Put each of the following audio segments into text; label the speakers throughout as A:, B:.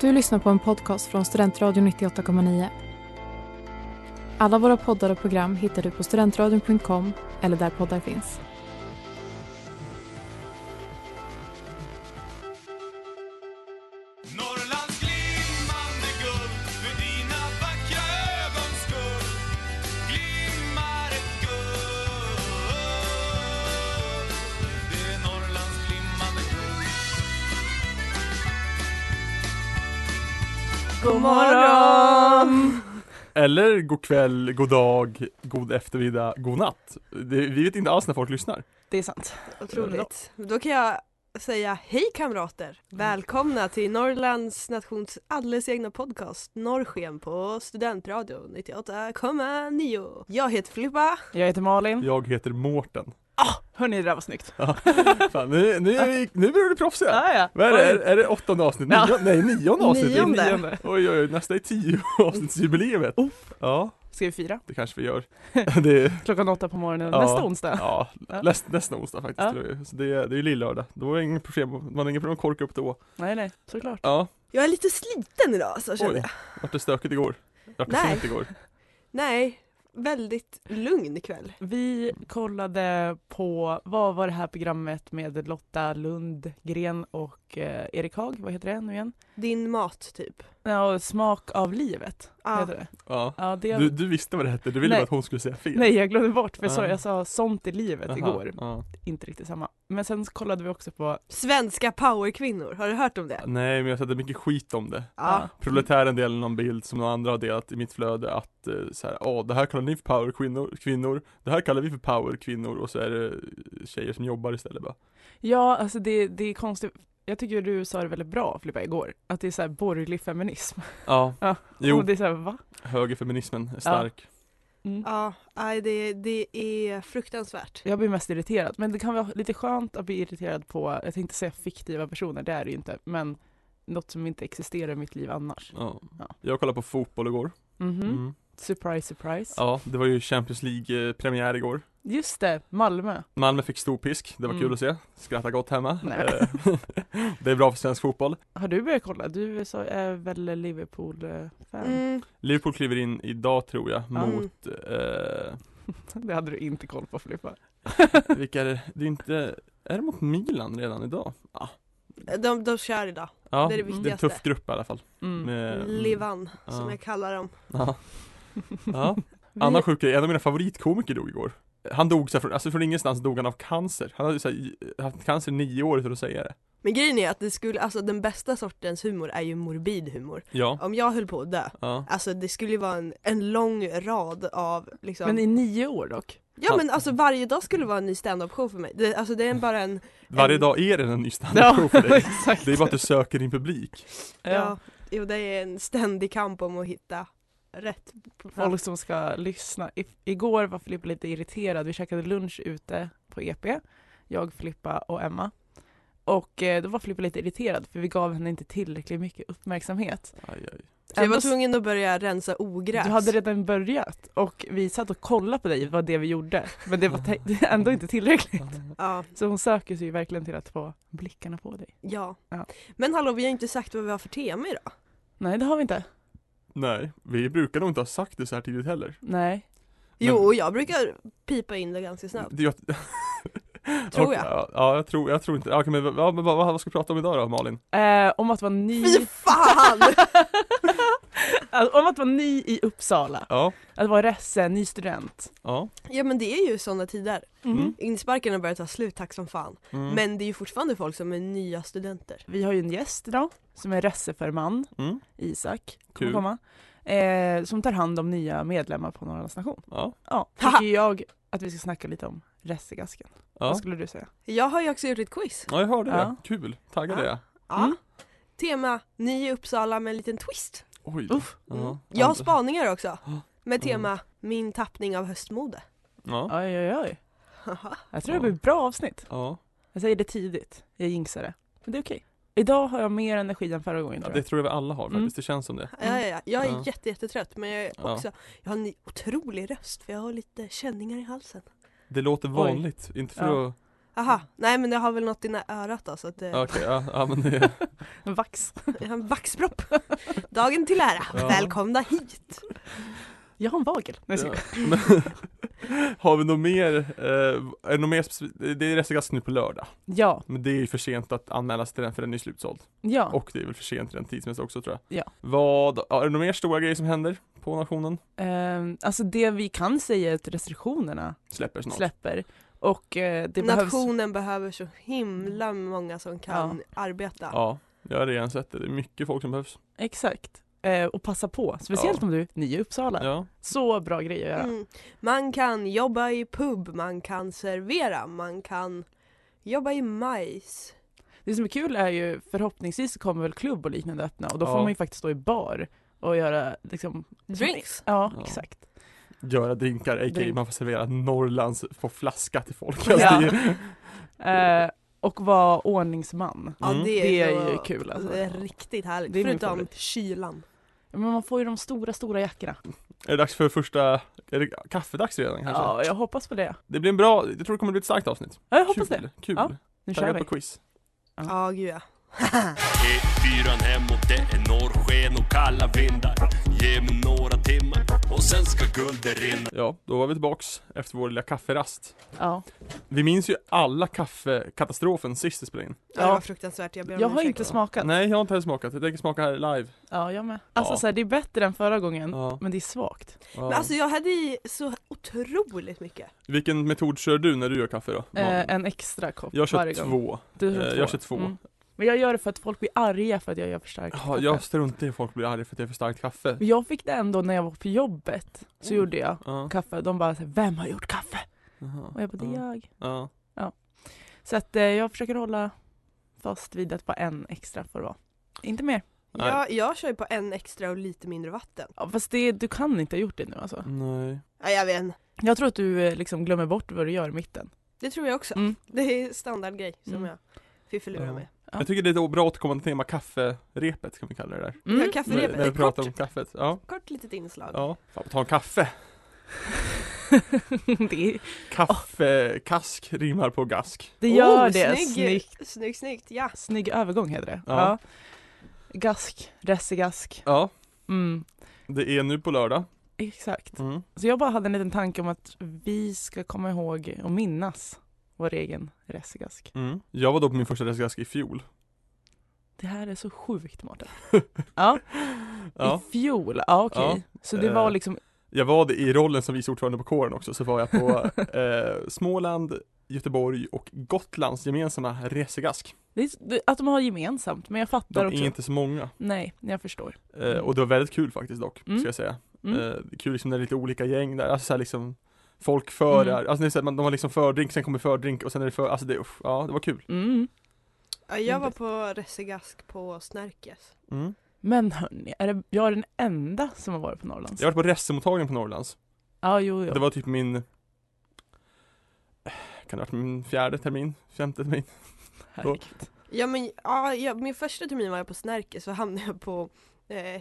A: Du lyssnar på en podcast från Studentradion 98,9. Alla våra poddar och program hittar du på studentradion.com eller där poddar finns.
B: Norrlands glimmande guld för dina vackra ögons skull glimmar ett guld Det är Norrlands glimmande guld
C: God morgon!
D: Eller god kväll, god dag, god eftermiddag, god natt. Det, vi vet inte alls när folk lyssnar.
C: Det är sant.
E: Otroligt. Då kan jag säga hej kamrater! Välkomna till Norrlands nations alldeles egna podcast Norrsken på Studentradion 98,9. Jag heter Filippa.
C: Jag heter Malin. Ah,
D: Jag heter Mårten.
C: Hörni, det där var snyggt.
D: Fan, nu, nu, är vi, nu blir du proffsiga.
C: Ah, ja.
D: Vad är det? Är, är det åttonde avsnitt?
C: Ja.
D: Nio, nej, nionde avsnitt.
C: Nionde.
D: Oj, oj, oj, nästa är tio avsnittsjubileet. Ja,
C: Ska vi fira?
D: det kanske vi gör. Det,
C: Klockan åtta på morgonen
D: Ja.
C: nästa onsdag.
D: ja, näst, nästa onsdag faktiskt.
C: Ja.
D: tror jag. Så det, det är ju lill-lördag. Då är det inget problem, man har inga problem att korka upp då.
C: Nej, nej, såklart.
D: Ja,
E: Jag är lite sliten idag så känner
D: oj,
E: jag.
D: vart det stökigt igår? Vart det
E: Nej.
D: sent igår?
E: Nej, väldigt lugn kväll.
C: Vi kollade på, vad var det här programmet med Lotta Lundgren och eh, Erik Haag, vad heter det nu igen?
E: Din mat typ.
C: Ja, Smak av livet,
E: Ja.
C: heter det.
D: Ja.
C: Ja, det
D: Du, du visste vad det hette, du ville
C: Nej.
D: bara att hon skulle säga fel.
C: Nej, jag glömde bort, för jag, sa,
D: Ja.
C: jag sa sånt i livet
D: Aha,
C: igår.
D: ja.
C: Inte riktigt samma. Men sen så kollade vi också på,
E: Svenska powerkvinnor, har du hört om det?
D: Nej men jag har sett mycket skit om det.
E: Ja.
D: Proletären delade någon bild som några andra har delat i mitt flöde att eh, så här, åh det här kallar ni för powerkvinnor, kvinnor, det här kallar vi för powerkvinnor och så är det eh, tjejer som jobbar istället bara.
C: ja alltså det, det är konstigt, jag tycker du sa det väldigt bra Filippa igår, att det är så här borgerlig feminism.
D: Ja.
C: Ja.
D: Jo,
C: Och det är så här, va?
D: högerfeminismen är stark.
C: Mm.
E: Ja, nej det, det är fruktansvärt.
C: Jag blir mest irriterad, men det kan vara lite skönt att bli irriterad på, jag tänkte säga fiktiva personer, det är det ju inte, men något som inte existerar i mitt liv annars.
D: Ja.
C: Ja.
D: Jag kollade på fotboll igår.
C: Mhm.
D: Mm.
C: Surprise, surprise.
D: Ja, det var ju Champions League-premiär igår.
C: Just det, Malmö.
D: Malmö fick storpisk, det var
C: Mm.
D: kul att se. Skratta gott hemma.
C: Nej.
D: Eh, det är bra för svensk fotboll.
C: Har du börjat kolla? Du är så- är väl eh, Liverpool-fan?
E: Mm,
D: Liverpool kliver in idag tror jag
C: Ja.
D: mot, eh,
C: Det hade du inte koll på Filippa.
D: vilka är det? Det är inte, är det mot Milan redan idag? Ja,
E: de, de kör idag.
D: ja
E: Det är det
D: det är en
E: viktigaste.
D: tuff grupp i alla fall.
C: Mm.
D: Med, mm,
E: Livan, som
D: Ja.
E: jag kallar dem.
D: Ja. ja.
C: Vi-
D: Annan sjuk grej, en av mina favoritkomiker dog igår. Han dog så här från, alltså från ingenstans dog han av cancer. Han hade ju så här, i- haft cancer i nio år utan att säga det.
E: Men grejen är att det skulle, alltså den bästa sortens humor är ju morbid humor.
D: Ja.
E: Om jag höll på att dö,
D: Ja.
E: alltså det skulle ju vara en, en lång rad av liksom
C: Men i nio år dock.
E: Ja men alltså varje dag skulle vara en ny stand-up show för mig. Det, alltså det är bara en,
D: Varje
E: En-
D: dag är det en ny standup-show för dig.
C: exakt.
D: Det är bara att du söker din publik.
E: ja, jo det är en ständig kamp om att hitta rätt
C: folk som ska lyssna. I, igår var Filippa lite irriterad, vi käkade lunch ute på EP, jag, Filippa och Emma. Och eh, då var Filippa lite irriterad för vi gav henne inte tillräckligt mycket uppmärksamhet.
D: Aj, aj.
E: Så jag
C: Ändå
E: var
C: s-
E: tvungen att börja rensa ogräs.
C: Du hade redan börjat och vi satt och kollade på dig, det var det vi gjorde. Men det var te- det är ändå inte tillräckligt.
E: ja,
C: Så hon söker sig ju verkligen till att få blickarna på dig.
E: ja.
C: Ja.
E: Men hallå vi har inte sagt vad vi har för tema idag.
C: Nej det har vi inte.
D: Nej, vi brukar nog inte ha sagt det så här tidigt heller.
C: Nej.
E: Jo och jag brukar pipa in det ganska snabbt.
D: Det- jag-
E: Tror
D: Okej,
E: jag.
D: Ja, ja jag, tror, jag tror inte Okej, men, vad- vad- vad, vad ska vi prata om idag då Malin?
C: Eh, om att vara ny...
E: Fy fan!
C: Alltså, om att vara ny i Uppsala.
D: Ja,
C: Att vara resse, ny student.
D: ja.
E: ja men det är ju sådana tider.
D: Mm.
E: Insparkarna börjar ta slut tack som fan.
D: Mm.
E: Men det är ju fortfarande folk som är nya studenter.
C: Vi har ju en gäst idag som är reseförman,
D: Mm.
C: Isak, kommer
D: Kul.
C: komma, eh, som tar hand om nya medlemmar på Norrlands nation.
D: Ja.
C: Ja,
E: Haha.
C: tycker jag att vi ska snacka lite om resegasken. Vad
D: Ja.
C: skulle du säga?
E: Jag har ju också gjort ett quiz.
D: ja, jag hörde det.
C: Ja.
D: Kul. Taggade
E: Ja.
D: jag.
E: Ja.
C: Mm.
E: Tema Ny i Uppsala med en liten twist. Mm.
D: Oj.
C: Uff.
D: Ja.
E: Jag har spaningar också.
D: Ja.
E: Med tema Min tappning av höstmode.
D: Ja.
C: Oj, oj, oj.
E: Haha.
C: Jag tror det blir ett bra avsnitt.
D: Ja.
C: Jag säger det tidigt, jag jinxar det. Men det är okej. Idag har jag mer energi än förra gången
D: ja,
C: tror
D: det
C: jag.
D: tror jag vi alla har faktiskt.
C: Mm.
D: Det känns som det.
E: ja, ja, ja. Jag är
D: Ja.
E: jätte, jättetrött men jag är
D: Ja.
E: också Jag har en otrolig röst för jag har lite känningar i halsen.
D: Det låter vanligt. Inte för
C: Ja.
D: att
E: Aha, nej men jag har väl något i nä- örat då så att det...
D: Okej, ja, ja men det,
C: Vax.
E: Jag har en vaxpropp. Dagen till ära.
D: Ja.
E: Välkomna hit.
C: Jag har en vagel. Nej,
D: ja.
C: jag
D: Men, Har vi något mer, eh, är det något mer speci- det är Restauranten nu på lördag.
C: ja,
D: Men det är ju för sent att anmäla sig till den för den är ju slutsåld.
C: ja.
D: Och det är väl för sent rent tidsmässigt också tror jag.
C: Ja.
D: Vad, ja, är det några mer stora grejer som händer på nationen?
C: Ehm, alltså det vi kan säga är att restriktionerna
D: Släpper snart.
C: släpper. Och eh, det behövs...
E: Nationen behöver så himla många som kan arbeta.
D: Ja, jag har redan sett det. Det är mycket folk som behövs.
C: Exakt. Eh, och passa på, speciellt
D: Ja.
C: om du är ny i Uppsala.
D: Ja,
C: Så bra grej att göra.
E: Mm. Man kan jobba i pub, man kan servera, man kan jobba i majs.
C: Det som är kul är ju förhoppningsvis så kommer väl klubb och liknande öppna och då får
D: Ja.
C: man ju faktiskt stå i bar och göra liksom...
E: Drinks.
C: Ja,
D: Ja.
C: exakt.
D: göra drinkar, a.k.a.
C: Drink.
D: man får servera Norrlands på flaska till folk. Alltså,
C: Ja.
D: det är,
C: Eh, och vara ordningsman.
E: Ja,
D: Mm.
E: det, är
C: Det är
E: så-
C: ju kul alltså.
E: Det är riktigt härligt.
C: Det är min
E: Förutom
C: favorit. Mm.
E: kylan.
C: Men man får ju de stora, stora jackorna.
D: är det dags för första, är det kaffedags redan kanske?
C: Ja, jag hoppas på det.
D: Det blir en bra, jag tror det kommer bli ett starkt avsnitt.
C: Ja, jag hoppas
D: Kul,
C: det.
D: Kul.
C: Ja, Nu kör
D: Taggad
C: vi.
D: på quiz.
C: Ja.
E: Ja, gud ja.
B: E4 hemåt, det är norrsken och kalla vindar Ge mig några timmar och sen ska guldet rinna
D: Ja, då var vi tillbaks efter vår lilla kafferast.
C: Ja.
D: Vi minns ju alla kaffekatastrofen sist vi spelade in.
E: Ja, Det
C: Ja.
E: var fruktansvärt. Jag ber om
C: Jag har
E: ursäkt.
C: inte smakat.
D: Nej, jag har inte heller smakat. Jag tänker smaka här live.
C: Ja, jag med. Alltså
D: Ja.
C: Så här, det är bättre än förra gången,
D: Ja.
C: Mm. men det är svagt.
D: Ja.
E: Men alltså jag hade i så otroligt mycket.
D: Vilken metod kör du när du gör kaffe då?
C: Eh, en extra kopp
D: jag kör
C: varje gång.
D: två.
C: Du Mm.
D: eh, jag kör två.
C: Men jag gör det för att folk blir arga för att jag gör för starkt
D: Ja,
C: kaffe.
D: jag struntar i att folk blir arga för att det är för starkt kaffe.
C: Men jag fick det ändå när jag var på jobbet, så
D: Mm.
C: gjorde jag
D: Ja.
C: kaffe. De bara så här, vem har gjort kaffe?
D: Jaha.
C: Och jag bara, det är
D: ja.
C: jag.
D: Ja.
C: Så att eh, jag försöker hålla fast vid att bara en extra får det vara. Inte mer.
D: Nej.
E: Jag, jag kör ju på en extra och lite mindre vatten.
C: Ja, fast det, du kan inte ha gjort det nu alltså.
D: Nej.
E: Ja, jag vet inte.
C: Jag tror att du eh, liksom glömmer bort vad du gör i mitten.
E: Det tror jag också.
C: Mm.
E: Det är standardgrej som
C: Mm.
E: jag fiffelurar
D: Ja.
E: med.
C: Ja.
D: Jag tycker det är ett bra återkommande tema, kafferepet kan vi kalla det där.
C: Mm.
E: Ja,
C: Alltså,
D: När,
E: kafferepet.
D: när vi
E: Ett kort,
D: pratar om kaffet. Ja.
E: kort litet inslag.
D: ja. Fan, ta en kaffe.
C: det, är-
D: Kaffekask rimmar på gask.
C: det gör
E: Oh,
C: det.
E: snygg-
C: Snygg,
E: Snyggt, snyggt. Ja.
C: snygg övergång heter det.
D: Ja.
C: Ja. Gask, resigask.
D: Ja.
C: Mm,
D: Det är nu på lördag.
C: exakt.
D: Mm.
C: Så jag bara hade en liten tanke om att vi ska komma ihåg och minnas vår egen resigask.
D: Mm. Jag var då på min första restgask i fjol.
C: Det här är så sjukt Mårten. Ja,
D: Ja.
C: i fjol. Ja okej. Så det var
D: Eh.
C: liksom,
D: Jag var det i rollen som vice ordförande på kåren också, så var jag på eh, Småland, Göteborg och Gotlands gemensamma resegask.
C: det är, det, att de har gemensamt men jag
D: De
C: fattar
D: är
C: också.
D: inte så många.
C: Nej, jag förstår.
D: Eh, och det var väldigt kul faktiskt dock,
C: Mm.
D: ska jag säga.
C: Mm.
D: Eh, det är kul liksom när det är lite olika gäng där, alltså så här liksom Folk förar,
C: Mm.
D: alltså det är så här, man, de har liksom fördrink, sen kommer fördrink och sen är det för, alltså det, usch, ja det var kul.
C: Mm.
E: Ja, Jag var på resegask på Snärkes.
D: Mm.
C: Men hörni, är det, jag är den enda som har varit på Norrlands.
D: Jag har varit på resemottagningen på Norrlands.
C: Ja, jo, jo.
D: Det var typ min Kan det ha varit min fjärde termin? Femte termin?
C: Herregud.
E: Ja, men, ja, jag, min första termin var jag på Snärkes så hamnade jag på eh,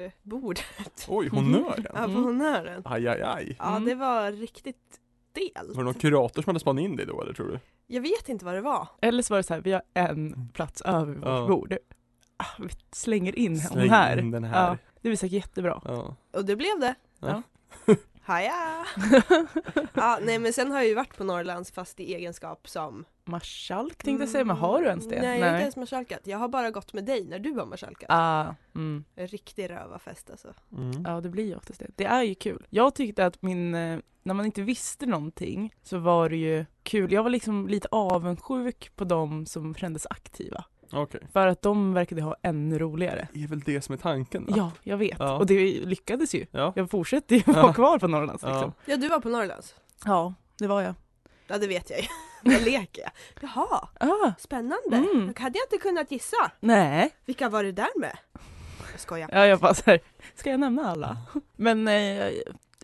E: hedersbordet.
D: Oj,
C: Mhm.
D: honören!
E: Ja, på
C: Mm.
E: honören.
D: Aj, aj, aj.
E: Ja,
C: Mm.
E: det var riktigt
D: Var det någon
E: stelt.
D: kurator som hade spanat in dig då eller tror du?
E: Jag vet inte vad det var.
C: Eller så var det så här, vi har en plats över vårt
D: Ja.
C: bord. Ah, vi slänger in hon
D: Släng
C: här.
D: in den här.
C: Det blir säkert jättebra.
D: Ja.
E: Och det blev det.
D: Ja.
E: Haja! ja, nej men sen har jag ju varit på Norrlands fast i egenskap som
C: Marschalk tänkte jag säga, men har du ens det?
E: Nej, jag har inte ens marskalkat. Jag har bara gått med dig när du har marskalkat.
C: Ah, mm.
E: En riktig rövarfest alltså.
D: Mm.
C: Ja, det blir ju oftast det. Det är ju kul. Jag tyckte att min, eh, när man inte visste någonting så var det ju kul. Jag var liksom lite avundsjuk på de som kändes aktiva.
D: Okej.
C: För att de verkade ha ännu roligare.
D: Det är väl det som är tanken då?
C: Ja, jag vet.
D: Ja.
C: Och det lyckades ju.
D: Ja.
C: Jag fortsätter ju
D: Ja.
C: vara kvar på Norrlands
D: Ja.
C: liksom.
E: Ja, du var på Norrlands.
C: Ja, det var jag.
E: Ja, det vet jag ju. Där leker jag. Jaha,
C: Ah,
E: spännande.
C: Mm.
E: Hade jag inte kunnat gissa.
C: nej.
E: Vilka var det där med? Jag skojar.
C: Ja, jag bara så här, ska jag nämna alla? Men eh,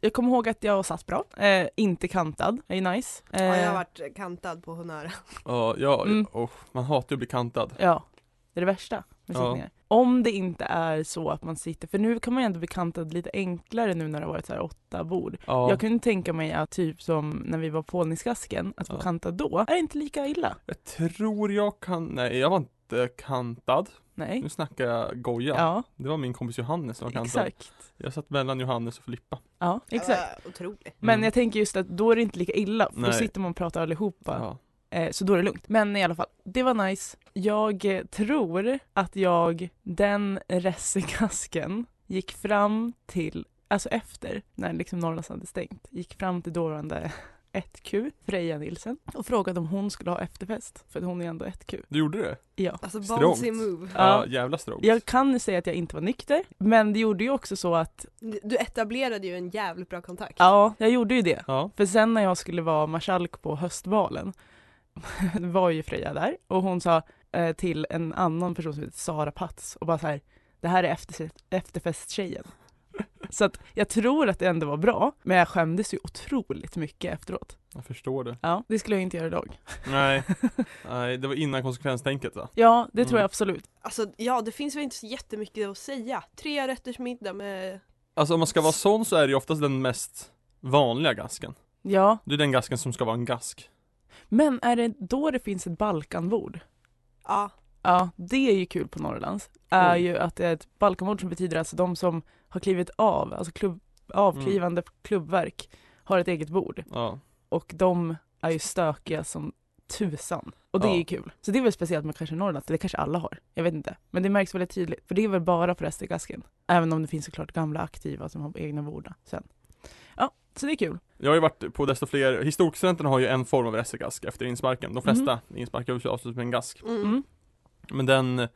C: jag kommer ihåg att jag satt bra. Eh, inte kantad, det är ju nice. Eh,
E: Ja, jag har varit kantad på honören.
D: Ja, ja
C: Mm.
D: oh, man hatar ju att bli kantad.
C: Ja, det är det värsta. Men besiktningar. Om det inte är så att man sitter, för nu kan man ju ändå bli kantad lite enklare nu när det har varit så här åtta bord.
D: Ja.
C: Jag kunde tänka mig att typ som när vi var på Ålningskasken, att få
D: Ja.
C: kantad då, är det inte lika illa.
D: Jag tror jag kan, nej jag var inte kantad.
C: Nej.
D: Nu snackar jag goja.
C: Ja,
D: Det var min kompis Johannes som var kantad.
C: exakt.
D: Jag satt mellan Johannes och Filippa. Mm.
C: Ja, exakt.
E: Ja, otroligt.
C: Men jag tänker just att då är det inte lika illa, för då
D: Nej.
C: sitter man och pratar allihopa.
D: Ja.
C: Eh, så då är det lugnt. Men i alla fall, det var nice. Jag eh, tror att jag den ressekasken gick fram till, alltså efter, när liksom Norrlands hade stängt, gick fram till dåvarande 1Q, Freja Nilsen, och frågade om hon skulle ha efterfest, för att hon är ändå 1Q.
D: Du gjorde det?
C: Ja.
E: Alltså
D: Strongt.
E: bouncy move.
D: Ja,
C: Ja.
D: jävla strokes.
C: Jag kan ju säga att jag inte var nykter, men det gjorde ju också så att,
E: Du etablerade ju en jävligt bra kontakt.
C: ja, jag gjorde ju det.
D: Ja.
C: För sen när jag skulle vara marskalk på höstvalen var ju Freja där och hon sa eh, till en annan person som heter Sara Patz och bara så här, det här är efter, efterfesttjejen. Så att jag tror att det ändå var bra, men jag skämdes ju otroligt mycket efteråt.
D: Jag förstår det.
C: Ja, det skulle jag inte göra idag.
D: Nej. Nej, det var innan konsekvenstänket va?
C: Ja, det tror
D: Mm.
C: jag absolut.
E: Alltså ja, det finns väl inte så jättemycket att säga. Tre rätters middag med...
D: Alltså om man ska vara sån så är det ju oftast den mest vanliga gasken.
C: Ja,
D: Det är den gasken som ska vara en gask.
C: men är det då det finns ett Balkanbord?
E: Ja,
C: Ja, det är ju kul på Norrlands. Är
D: Oj.
C: ju att det är ett balkanmord som betyder alltså de som har klivit av, alltså klubb, avklivande klubbverk, har ett eget bord.
D: Ja.
C: Och de är ju stökiga som tusan. Och det
D: Ja.
C: är ju kul. Så det är väl speciellt med kanske Norrland, det kanske alla har. Jag vet inte. Men det märks väldigt tydligt, för det är väl bara på Restergasken. Även om det finns såklart gamla aktiva som har egna bord sen. Ja, så det är kul.
D: Jag har ju varit på desto fler, historikstudenterna har ju en form av ressegask efter insparken. De flesta insparkar avslutas med en gask.
E: mm.
C: Mm.
D: Men den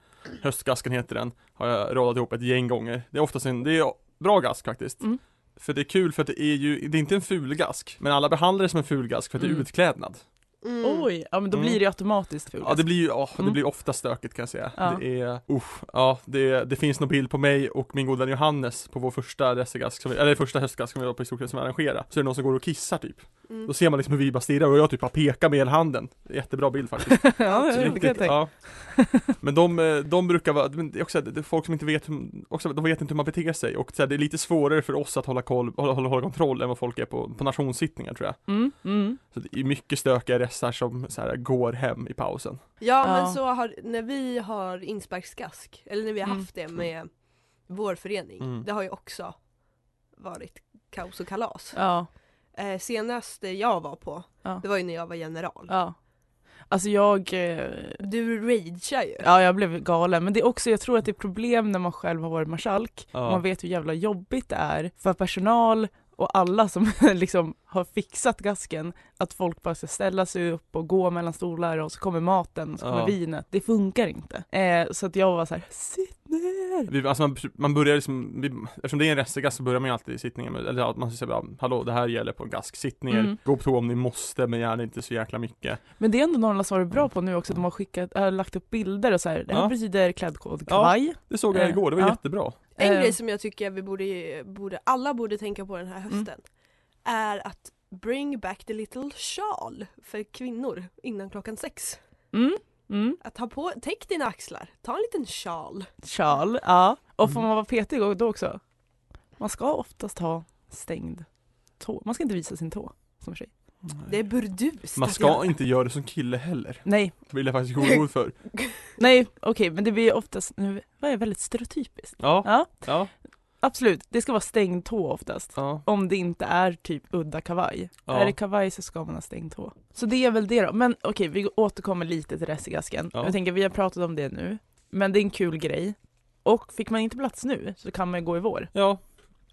D: höstgasken heter den, har jag radat ihop ett gäng gånger. Det är oftast en, det är bra gask faktiskt.
C: Mm.
D: För det är kul för att det är ju, det är inte en ful gask, men alla behandlar det som en ful gask för att det
C: Mm.
D: är utklädnad.
E: Mm.
C: Oj, ja men då
D: Mm.
C: blir det ju automatiskt fult.
D: Ja det blir ju, åh, det
C: Mm.
D: blir ofta stökigt kan jag säga.
C: Ja.
D: Det är, usch, ja det, det finns nog bild på mig och min goda vän Johannes på vår första resegask, som vi, eller första höstgask som vi var på historien som vi arrangerade. Så är det någon som går och kissar typ.
E: Mm.
D: Då ser man liksom hur vi bara stirrar och jag typ bara pekar med hela handen. Jättebra bild faktiskt.
C: ja, det kan jag
D: Riktigt,
C: tänka.
D: ja. Men de, eh, de brukar vara, men det är också, det är folk som inte vet, hur- också, de vet inte hur man beter sig och så här, det är lite svårare för oss att hålla, koll, hålla, hålla, hålla kontroll än vad folk är på, på nationssittningar tror jag.
C: Mm, mm.
D: Så det är mycket stökiga ressar som så här, går hem i pausen.
E: Ja,
C: Ja.
E: men så har, när vi har insparksgask, eller när vi har
C: Mm.
E: haft det med vår förening,
D: Mm.
E: det har ju också varit kaos och kalas.
C: Ja,
E: Eh, senast jag var på,
C: Ja.
E: det var ju när jag var general.
C: ja. Alltså jag eh,
E: Du ragear ju.
C: Ja, jag blev galen. Men det är också, jag tror att det är problem när man själv har varit marskalk.
D: Ja.
C: Man vet hur jävla jobbigt det är för personal och alla som liksom har fixat gasken, att folk bara ska ställa sig upp och gå mellan stolar och så kommer maten och så kommer
D: Ja.
C: vinet. Det funkar inte. Eh, så att jag var så här, sitt ner!
D: Vi, alltså man, man börjar liksom, vi, eftersom det är en restegask så börjar man ju alltid i sittningen med, eller att man säger bara, hallå det här gäller på en gask, sitt ner,
C: Mm.
D: gå på toa om ni måste men gärna inte så jäkla mycket.
C: Men det är ändå Norrlands varit bra på nu också, de har skickat, äh, lagt upp bilder och så här, det här
D: Ja.
C: betyder klädkod
D: Ja.
C: kavaj.
D: Det såg jag
C: Eh,
D: igår, det var
C: ja.
D: jättebra.
E: En
C: Eh.
E: grej som jag tycker vi borde, borde, alla borde tänka på den
C: Mm.
E: här hösten är att bring back the little shawl för kvinnor innan klockan sex.
C: Mm, mm,
E: Att ha på, täck dina axlar, ta en liten shawl.
C: sjal, ja. Och
D: Mm.
C: får man vara petig då också? Man ska oftast ha stängd tå. Man ska inte visa sin tå som tjej.
E: Det är burdust.
D: Man
E: att
D: ska
E: göra.
D: inte göra det som kille heller,
C: Nej,
D: vill jag faktiskt gå orolig för.
C: nej, okej, men det blir oftast, nu var jag väldigt stereotypiskt.
D: Ja,
C: Ja,
D: ja,
C: absolut, det ska vara stängd tå oftast.
D: ja.
C: Om det inte är typ udda kavaj.
D: Ja.
C: Är det kavaj så ska man ha stängd tå. Så det är väl det då. Men okej, vi återkommer lite till resegasken.
D: Ja.
C: Jag tänker, vi har pratat om det nu, men det är en kul grej. Och fick man inte plats nu så kan man ju gå i vår.
D: ja.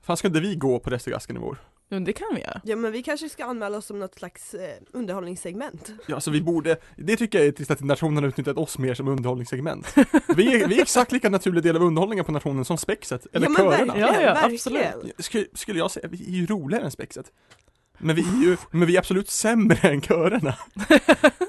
D: Fan ska inte vi gå på restegasken i vår?
C: Men det kan vi göra.
E: Ja men vi kanske ska anmäla oss som något slags eh, underhållningssegment.
D: Ja, alltså vi borde, det tycker jag är trist att nationen har utnyttjat oss mer som underhållningssegment. Vi är, vi är exakt lika naturlig del av underhållningen på nationen som spexet, eller
E: ja, men
D: körerna.
E: verkligen,
C: Ja, ja,
E: verkligen.
D: Skulle, skulle jag säga, vi är ju roligare än spexet. Men vi är ju, men vi är absolut sämre än körerna.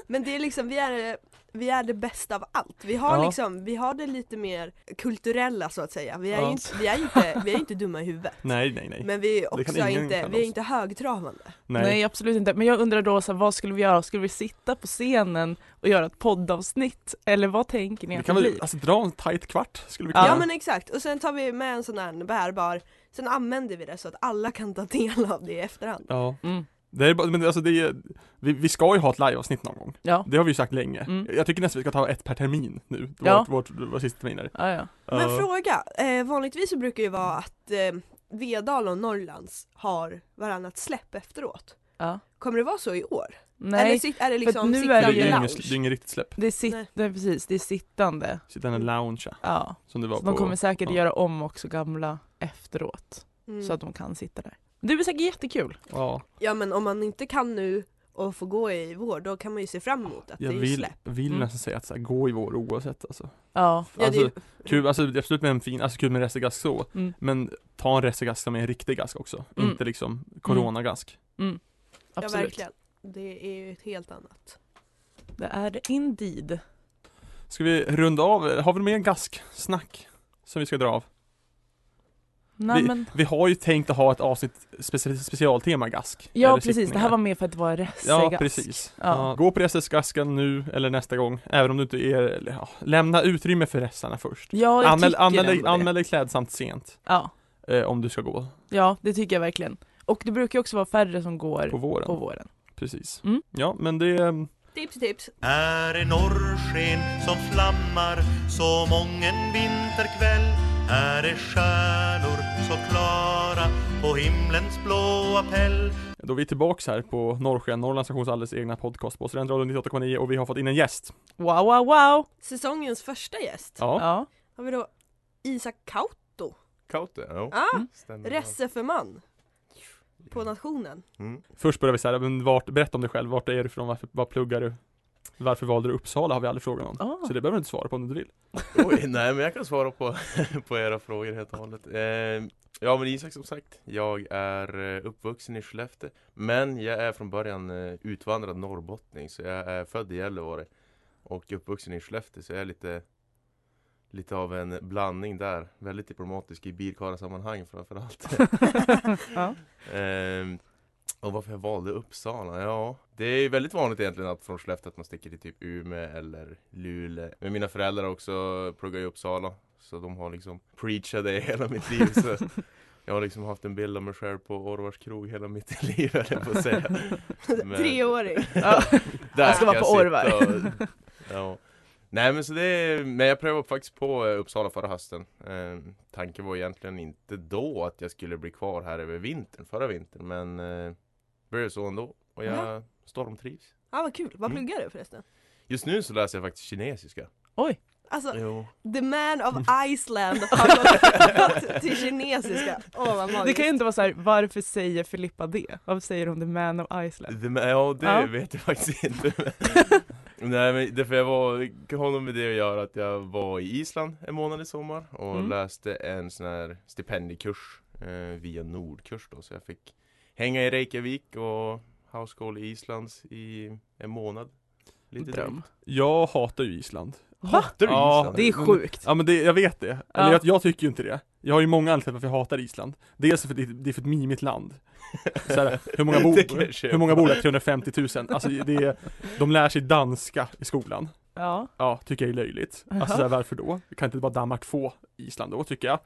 E: Men det är liksom, vi är, vi är det bästa av allt. Vi har
D: Ja.
E: liksom, vi har det lite mer kulturella så att säga. Vi är
D: Ja.
E: ju inte, vi är ju inte, vi är ju inte dumma i huvudet.
D: Nej, nej, nej.
E: Men vi är också
D: ingen
E: inte,
D: kalla
E: vi är
D: oss.
E: inte högtravande.
D: nej.
C: Nej. absolut inte. Men jag undrar då, så här, vad skulle vi göra? Skulle vi sitta på scenen och göra ett poddavsnitt? Eller vad tänker ni
D: Vi
C: att
D: kan
C: det
D: väl
C: blir?
D: alltså, dra en tight kvart skulle vi
E: Ja.
D: kunna.
E: men exakt, och sen tar vi med en sån här bärbar, sen använder vi det så att alla kan ta del av det i efterhand.
D: ja.
C: Mm.
D: Det är bara, men alltså det är, vi, vi ska ju ha ett liveavsnitt någon gång.
C: Ja.
D: Det har vi ju sagt länge.
C: Mm.
D: Jag tycker nästan vi ska ta ett per termin nu. Vårt,
C: Ja.
D: ja. vårt, vår, sista termin där.
C: Ja, ja.
E: Men
D: Ja.
E: fråga, eh, vanligtvis så brukar det ju vara att eh, Vedal och Norrlands har varannat släpp efteråt.
C: ja.
E: Kommer det vara så i år? Eller
C: Nej,
E: sit, är det
C: för
E: liksom
C: att nu
E: sittande
C: är
D: det, är
C: det
D: ju
C: ju-
D: ingen,
E: lounge?
D: det är ingen riktigt släpp.
C: det är, sit-
E: Nej.
C: nej, precis, det är sittande.
D: Sitta i en lounge ja,
C: Ja.
D: som det var
C: Mm. Så de
D: på.
C: kommer säkert
D: ja.
C: göra om också gamla efteråt,
E: Mm.
C: så att de kan sitta där. Det blir säkert jättekul.
D: Ja,
E: Ja men om man inte kan nu och får gå i vår, då kan man ju se fram emot att
D: jag
E: det är
D: vill,
E: släpp.
D: vill
C: Mm.
D: nästan säga att så här, gå i vår oavsett alltså.
C: Ja,
E: Ja, det är
D: alltså,
E: ju-
D: kul, alltså det är absolut med en fin, alltså kul med resegask så.
C: Mm.
D: Men ta en resegask som är en riktig gask också.
C: Mm.
D: Inte liksom coronagask.
E: ja
C: absolut.
E: verkligen. Det är ju ett helt annat.
C: Det är det indeed.
D: Ska vi runda av? Har vi mer gasksnack? Som vi ska dra av?
C: Nej, men,
D: Vi har ju tänkt att ha ett avsnitt speci- specialtema gask.
C: ja
D: eller
C: precis, det
D: sittningar.
C: här var mer för att det var en
D: Ja,
C: ressegask.
D: precis.
C: Ja.
D: Ja. Gå på resesgasken nu eller nästa gång, även om du inte är, eller, ja, lämna utrymme för restarna först.
C: Ja, jag
D: Anmäl,
C: tycker
D: anmäl, dig,
C: ändå det.
D: anmäl dig klädsamt sent,
C: Ja,
D: eh, om du ska gå
C: ja, det tycker jag verkligen. Och det brukar ju också vara färre som går
D: på våren.
C: på våren.
D: Precis.
C: Mm.
D: Ja, men det, ehm,
E: Tips tips!
F: Här är norrsken som flammar så mången vinterkväll. Här är stjärnor så klara på himlens blåa päll.
D: då är vi tillbaks här på Norrsken, Norrlands stations alldeles egna podcast på Studentradion 98,9 och vi har fått in en gäst.
C: Wow, wow, wow!
E: Säsongens första gäst
D: Ja.
C: Ja,
E: har vi då Isak Kauto.
G: Kaute? Ja.
E: Ah,
C: Mm.
G: Stämmer bra.
E: Resse för man. På nationen.
G: Mm.
D: Först börjar vi så här, men vart, berätta om dig själv, vart är du ifrån, varför, vad pluggar du? Varför valde du Uppsala har vi aldrig frågat om.
C: Ah.
D: Så det behöver du inte svara på om du vill.
G: Oj, nej men jag kan svara på, på era frågor helt och hållet. Eh, ja men Isak som sagt, jag är eh, uppvuxen i Skellefteå. Men jag är från början eh, utvandrad norrbottning så jag är född i Gällivare. Och uppvuxen i Skellefteå så jag är lite Lite av en blandning där, väldigt diplomatisk i bilkarlasammanhang framförallt.
C: ja.
G: Ehm, och varför jag valde Uppsala? Ja, det är ju väldigt vanligt egentligen att från Skellefteå att man sticker till typ Umeå eller Luleå. Men mina föräldrar också pluggar i Uppsala, så de har liksom preachat det hela mitt liv. Så jag har liksom haft en bild av mig själv på Orvars krog hela mitt liv, höll jag på att säga. Men-
E: Treåring.
C: Ja.
G: Där
C: Jag ska vara
G: kan
C: på
G: sitta
C: Orvar.
G: och- Ja. Nej men så det är, men jag prövade faktiskt på eh, Uppsala förra hösten. Eh, tanken var egentligen inte då att jag skulle bli kvar här över vintern, förra vintern, men eh, blev så ändå. Och jag stormtrivs.
E: Ja Ah, vad kul. Vad
G: Mm.
E: pluggar du förresten?
G: Just nu så läser jag faktiskt kinesiska.
E: Alltså,
G: Jo.
E: the man of Iceland har gått till kinesiska. Åh vad
C: Det kan ju
E: magiskt.
C: inte vara så här, varför säger Filippa det? Varför säger hon the man of Iceland?
G: Det, men, ja det
C: Ja.
G: vet jag faktiskt inte. Nej men därför jag var, har nog med det att göra att jag var i Island en månad i sommar och
C: Mm.
G: läste en sån här stipendiekurs eh, via Nordkurs då så jag fick hänga i Reykjavik och Household i Islands i en månad. Lite
C: Dröm.
D: Jag hatar ju Island.
C: Va?
G: Hatar du
D: Ja,
G: Island?
C: Det är sjukt.
D: Ja men det, jag vet det, eller
C: Ja.
D: jag, jag tycker ju inte det Jag har ju många anledningar till varför jag hatar Island Dels för att det, det är för ett mimigt land så här, hur, många bor,
G: Det kan jag köpa.
D: hur många bor där? 350 000? Alltså det är, de lär sig danska i skolan
C: Ja.
D: Ja, tycker jag är löjligt Alltså så här, varför då? Kan inte bara Danmark få Island då, tycker jag?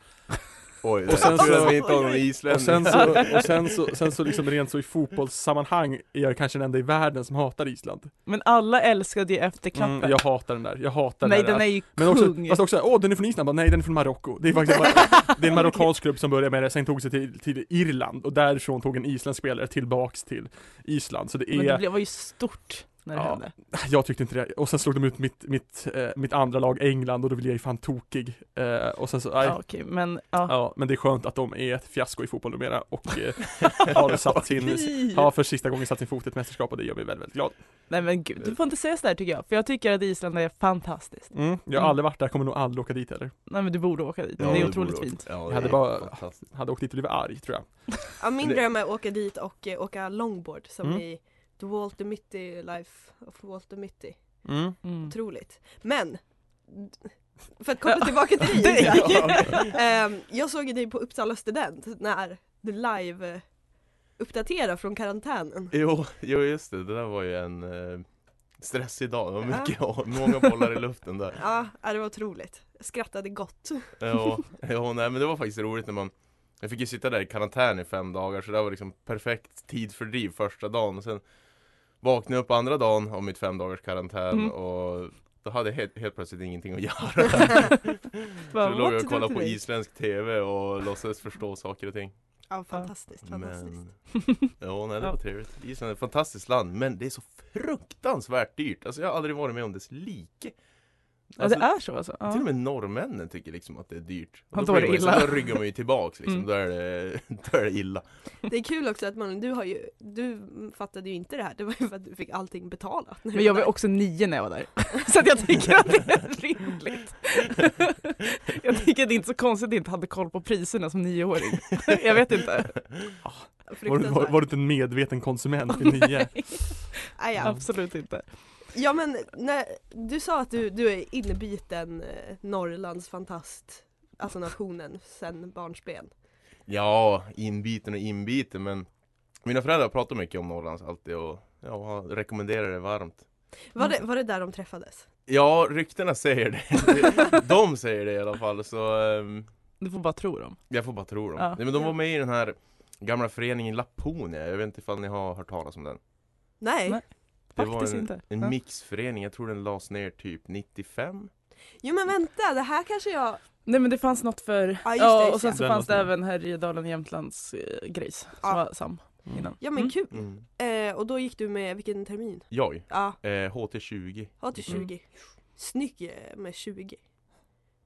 G: Oj,
D: Och sen
G: jag tror
D: så-
G: att vi inte har någon
D: Och
G: islänning.
D: sen så, och sen så, sen så liksom rent så i fotbollssammanhang är jag kanske den enda i världen som hatar Island
C: Men alla älskade ju efterklappen.
D: mm, Jag hatar den där, jag hatar
C: Nej,
D: den
C: den
D: där
C: är ju
D: Men
C: kung.
D: också, fast också, åh den är från Island, bara, nej den är från Marocko. Det är faktiskt bara, det är en marockansk klubb som började med det, sen tog sig till, till Irland och därifrån tog en isländsk spelare tillbaks till Island. Så det
C: Men
D: är,
C: det blev- var ju stort när det
D: Ja.
C: hände.
D: jag tyckte inte det. Och sen slog de ut mitt, mitt, eh, mitt andra lag England och då blev jag ju fan tokig. Eh, och sen så, nej.
C: Ja,
D: Ja.
C: okej, men ja.
D: men det är skönt att de är ett fiasko i fotboll numera och eh, har satt sin,
C: Fy.
D: har för sista gången satt sin fot i ett mästerskap och det gör mig väldigt, väldigt glad.
C: Nej men gud, du får inte säga sådär tycker jag, för jag tycker att Island är fantastiskt.
D: Mm, jag har aldrig varit där, kommer nog aldrig åka dit heller.
C: Nej men du borde åka dit,
G: Ja,
C: det är
G: borde
C: otroligt
G: vara-
C: fint.
G: Ja,
D: Jag hade
G: är
D: bara-
G: fantastiskt.
D: Hade åkt dit och blivit arg tror jag.
E: Ja, min
G: Det-
E: dröm är att åka dit och eh, åka longboard som
D: Mm.
E: i The Walter Mitty Life of Walter Mitty.
D: Mm.
C: Mm.
E: Otroligt. Men, för att koppla tillbaka till dig
C: Ja.
E: Isak. Ehm, jag såg ju dig på Uppsala student när du live eh, uppdaterade från karantänen.
G: Jo, jo just det, det där var ju en eh, stressig dag, det var mycket, många bollar i luften där
E: Ja, ja, det var otroligt. Jag skrattade gott.
G: Ja, ja nej, men det var faktiskt roligt när man Jag fick ju sitta där i karantän i fem dagar så det var liksom perfekt tidsfördriv första dagen och sen Vaknade jag upp andra dagen av mitt fem dagars karantän
C: Mm.
G: och då hade jag helt, helt plötsligt ingenting att göra
C: Bara,
G: Så
C: what
G: låg jag
C: to
G: och
C: do
G: kollade på
C: today?
G: isländsk TV och låtsades förstå saker och ting
E: Ja, fantastiskt, fantastiskt.
G: Men Ja, nej det
C: Ja.
G: var trevligt Island är ett fantastiskt land men det är så fruktansvärt dyrt Alltså jag har aldrig varit med om dess like
C: Ja, det är så alltså?
G: Till och
C: Ja.
G: med norrmännen tycker liksom att det är dyrt.
C: Ja, då är
G: blir
C: det
G: man-
C: illa.
G: Då ryggar man ju tillbaks liksom,
C: Mm.
G: då, är det, då är det illa.
E: Det är kul också att man, du har ju, du fattade ju inte det här, det var ju för att du fick allting betalat. när du
C: Men jag var
E: där.
C: också nio när jag var där. Så att jag tycker att det är rimligt. Jag tycker att det är inte så konstigt att jag inte hade koll på priserna som nioåring. Jag vet inte.
D: Var, du- var,
E: Fruktansvärt.
D: var du inte en medveten konsument i nio?
E: Ah, ja.
C: Absolut inte.
E: ja men, när, du sa att du, du är inbiten eh, Norrlands fantast, alltså nationen, sen barnsben.
G: Ja, inbiten och inbiten men mina föräldrar pratar mycket om Norrlands alltid och ja, rekommenderar det varmt.
E: Var
C: Mm.
E: det, var det där de träffades?
G: Ja, ryktena säger det. De säger det i alla fall så ehm,
C: Du får bara tro dem.
G: jag får bara tro dem.
C: Ja.
G: Nej, men de var med i den här gamla föreningen Laponia, jag vet inte ifall ni har hört talas om den.
E: Nej.
C: Nej.
G: Det var
C: Faktiskt
G: en,
C: inte.
G: en
C: Ja.
G: mixförening, jag tror den lades ner typ 95.
E: Jo men vänta, det här kanske jag,
C: Nej men det fanns något för,
E: Ja, just
C: ja,
E: det, just
C: och
E: det.
C: sen så
D: Den
C: fanns det
D: var-
C: även Härjedalen Jämtlands eh, grejs som
E: Ja.
C: var sam innan.
E: ja men
C: Mm.
E: kul. Eh, och då gick du med, vilken termin?
G: Jag,
E: Ja,
G: eh, HT20.
E: HT 20.
C: Mm.
E: Snygg eh, med 20.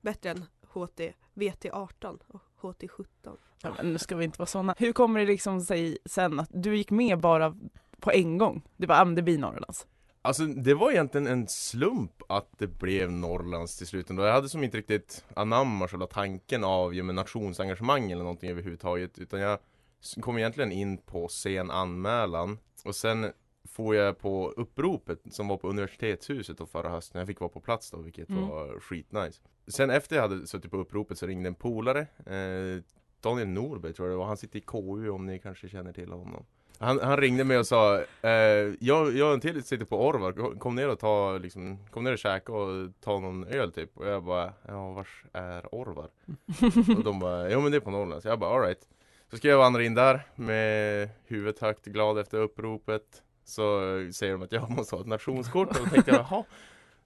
E: Bättre än HT, VT 18 och HT 17.
C: Ja, men nu ska vi inte vara såna. Hur kommer det liksom sig sen att du gick med bara på en gång? Du bara, ah, men det blir Norrlands.
G: Alltså det var egentligen en slump att det blev Norrlands till slut ändå. Jag hade som inte riktigt anammat själva tanken av ju, med nationsengagemang eller någonting överhuvudtaget utan jag s- kom egentligen in på sen anmälan och sen får jag på uppropet som var på universitetshuset då förra hösten. Jag fick vara på plats då vilket
C: Mm.
G: var skitnice. Sen efter jag hade suttit på uppropet så ringde en polare eh, Daniel Norberg tror jag det var, han sitter i KU om ni kanske känner till honom Han, han ringde mig och sa eh, jag, jag och en till sitter på Orvar, Kom- kom ner och ta liksom, kom ner och käka och ta någon öl typ Och jag bara, ja vars är Orvar? Och de bara, jo men det är på Norrland, så jag bara alright Så ska jag vandra in där med huvudet högt, glad efter uppropet Så säger de att jag måste ha ett nationskort och då tänkte jag jaha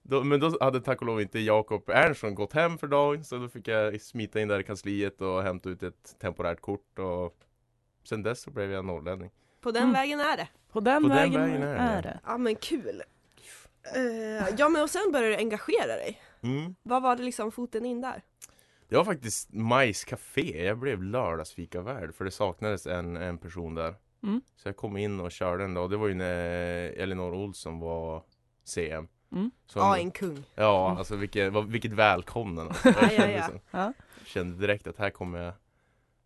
G: då, men då hade tack och lov inte Jakob Ernstson gått hem för dagen så då fick jag smita in där i kansliet och hämta ut ett temporärt kort och sen dess så blev jag norrlänning.
E: På den
C: Mm.
E: vägen är det.
C: På den,
G: På den
C: vägen,
G: vägen är det.
C: är det.
E: Ja men kul. Eh, ja men och sen började du engagera dig.
G: Mm.
E: Vad var det liksom foten in där?
G: Det var faktiskt Majs Café, jag blev lördagsfikavärd för det saknades en, en person där.
C: Mm.
G: Så jag kom in och körde en dag och det var ju när Elinor Olsson var CM.
C: Mm.
G: Så-
E: Ja en kung.
G: ja, alltså vilket, vad- vilket välkomnande. Alltså.
E: Ja, ja,
G: Jag kände
E: ja.
G: så-
C: Ja.
G: kände direkt att här kommer jag,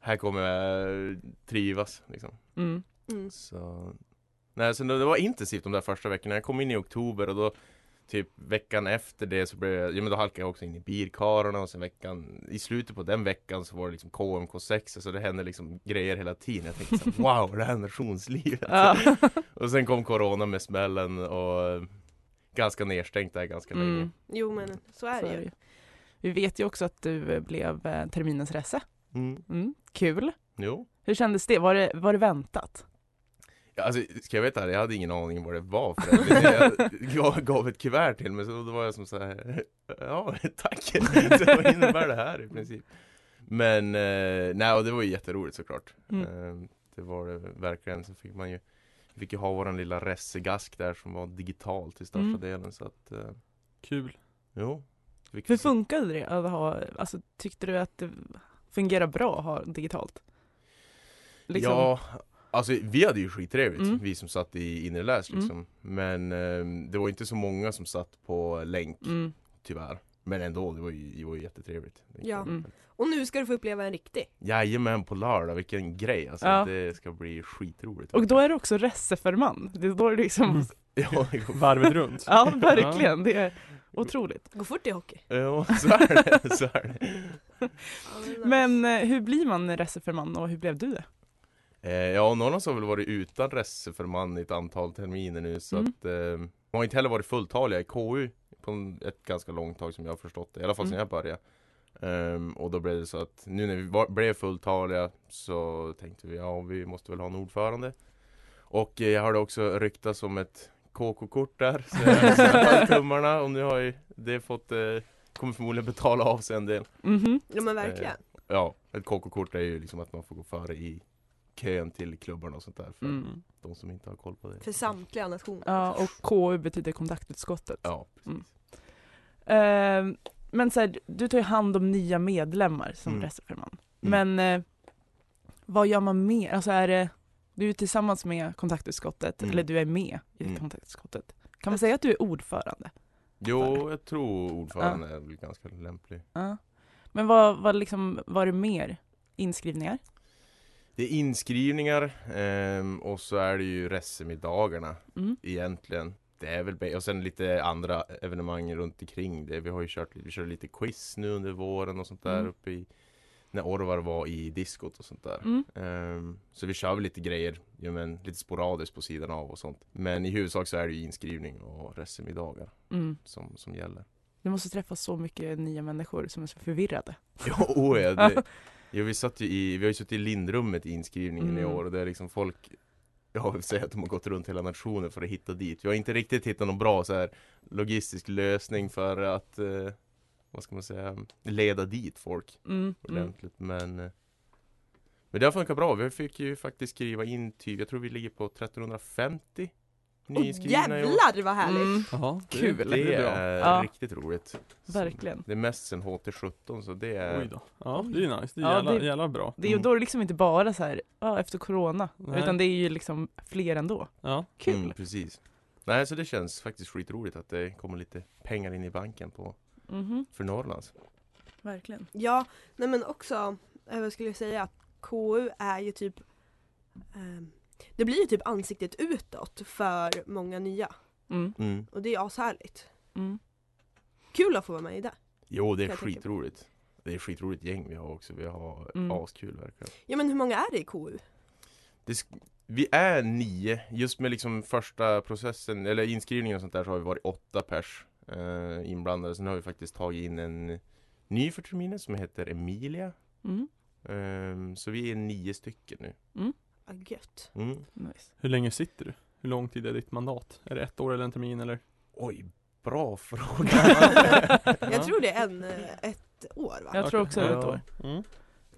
G: här kommer jag trivas liksom.
C: Mm.
E: Mm.
G: Så... Nej, så det det var intensivt de där första veckorna. Jag kom in i oktober och då typ veckan efter det så blev jag, ja men då halkade jag också in i bilkararna och sen veckan, i slutet på den veckan så var det liksom KMK6 så det hände liksom grejer hela tiden. Jag tänkte så här, wow, det här är nationslivet.
C: Ja.
G: Och sen kom Corona med smällen och eh, ganska nedstängt där ganska länge.
C: Mm.
E: Jo men så är
C: Så
E: det
C: är det
E: ju.
C: ju. Vi vet ju också att du eh, blev eh, terminens rese.
G: Mm.
C: Mm. Kul.
G: Jo.
C: Hur kändes det? Var det, var det väntat?
G: Ja, Alltså, ska jag veta det? Jag hade ingen aning vad det var för det. Men jag, jag gav ett kuvert till mig, så då var jag som så här, ja tack! Så vad innebär det här i princip? Men, eh, nej och det var ju jätteroligt såklart.
C: Mm.
G: Eh, det var det verkligen. Så fick man ju, vi fick ju ha våran lilla ressegask där som var digital till största
C: Mm.
G: delen så att, eh,
D: Kul.
G: jo. Fick
C: Hur
G: vi se.
C: funkade det att ha, alltså tyckte du att det fungerar bra att ha digitalt? Liksom,
G: Ja, alltså vi hade ju skittrevligt,
C: Mm.
G: vi som satt i inre läs liksom. Men eh, det var inte så många som satt på länk
C: Mm.
G: tyvärr. Men ändå, det var ju, det var ju jättetrevligt. Liksom.
E: Ja.
C: Mm.
E: Och nu ska du få uppleva en riktig.
G: Jajamän på lördag, vilken grej alltså.
C: Ja.
G: Det ska bli skitroligt.
C: Och då är det också reseferman. Det är då det liksom,
D: Mm.
G: Ja, det går-
D: Varvet runt.
C: ja verkligen, det är otroligt.
E: Gå fort i hockey.
G: ja, så är det. Så är det.
C: Men eh, hur blir man reseferman och hur blev du det?
G: Eh, ja, någon av oss har väl varit utan resse för man i ett antal terminer nu så
C: Mm.
G: att eh, man har inte heller varit fulltaliga i KU på en, ett ganska långt tag som jag har förstått det, i alla fall
C: Mm.
G: sedan jag började. Ehm, och då blev det så att nu när vi var, blev fulltaliga så tänkte vi ja, vi måste väl ha en ordförande. Och eh, jag hörde också ryktas om ett KK-kort där, så jag höll tummarna och nu har ju det fått, eh, kommer förmodligen betala av sig en del.
C: Mhm.
E: Ja men verkligen.
G: Ja, ett KK-kort är ju liksom att man får gå före i kön till klubbarna och sånt där för
C: Mm.
G: de som inte har koll på det.
E: För samtliga nationer.
C: Ja, och KU betyder kontaktutskottet.
G: Ja, precis.
C: Mm. Eh, men så här, du tar ju hand om nya medlemmar som
G: Mm.
C: reseferman.
G: Mm.
C: Men eh, vad gör man mer? Alltså är det, du är tillsammans med kontaktutskottet,
G: Mm.
C: eller du är med i
G: Mm.
C: kontaktutskottet. Kan man säga att du är ordförande?
G: Jo, jag tror ordföranden är väl ganska lämplig.
C: Ja. Men vad, vad liksom, var det mer inskrivningar?
G: Det är inskrivningar ehm, och så är det ju resemiddagarna
C: Mm.
G: egentligen. Det är väl be- och sen lite andra evenemang runt omkring det. Vi har ju kört vi kör lite quiz nu under våren och sånt där
C: Mm.
G: uppe i när Orvar var i diskot och sånt där.
C: Mm.
G: Ehm, så vi kör väl lite grejer, ja, men lite sporadiskt på sidan av och sånt. Men i huvudsak så är det ju inskrivning och resemiddagar
C: Mm.
G: som, som gäller.
C: Du måste träffa så mycket nya människor som är så förvirrade.
G: Jo, ja, det, ja, vi, satt ju i, vi har ju suttit i lindrummet i inskrivningen i
C: Mm.
G: år och det är liksom folk jag vill säga att de har gått runt hela nationen för att hitta dit. Vi har inte riktigt hittat någon bra så här, logistisk lösning för att, eh, vad ska man säga, leda dit folk
C: Mm. Mm.
G: ordentligt. Men, eh, men det har funkat bra. Vi fick ju faktiskt skriva in typ, jag tror vi ligger på 1350
E: Och
G: nyinskrivna i år.
E: jävlar vad härligt!
C: Mm.
D: Jaha, det-
C: Kul.
D: Det
G: Det
D: är bra.
G: är
C: Ja.
G: riktigt roligt. Så
C: Verkligen.
G: Det är mest sen HT17 så det är
D: Oj då. Ja, det är ju nice. Det
C: Ja,
D: är jävla,
C: det-
D: jävla bra.
C: Det är ju
G: Mm.
C: då är det liksom inte bara så här, ja, efter corona,
D: Nej.
C: utan det är ju liksom fler ändå.
D: Ja.
C: Kul!
G: Mm, precis. Nej, så det känns faktiskt skitroligt att det kommer lite pengar in i banken på,
C: Mhm.
G: för Norrlands.
C: Verkligen.
E: Ja, nej men också, eh, vad skulle jag säga, att KU är ju typ ehm, Det blir ju typ ansiktet utåt för många nya
C: Mm.
G: Mm.
E: och det är ashärligt.
C: Mm.
E: Kul att få vara med i det.
G: Jo, det är
E: Jag tänker på.
G: skitroligt. Det är skitroligt gäng vi har också. Vi har
C: Mm.
G: askul verkligen.
E: Ja men hur många är det i KU?
G: Det sk- vi är nio, just med liksom första processen, eller inskrivningen och sånt där så har vi varit åtta pers eh, inblandade. Sen har vi faktiskt tagit in en ny för terminen som heter Emilia.
C: Mm.
G: Ehm, så vi är nio stycken nu.
E: Ah, gött.
G: Mm.
C: Nice.
D: Hur länge sitter du? Hur lång tid är ditt mandat? Är det ett år eller en termin eller?
G: Oj, bra fråga!
E: Jag tror det är en, eh, ett år va?
C: Jag tror också det är ett år.
G: Ja.
D: Mm.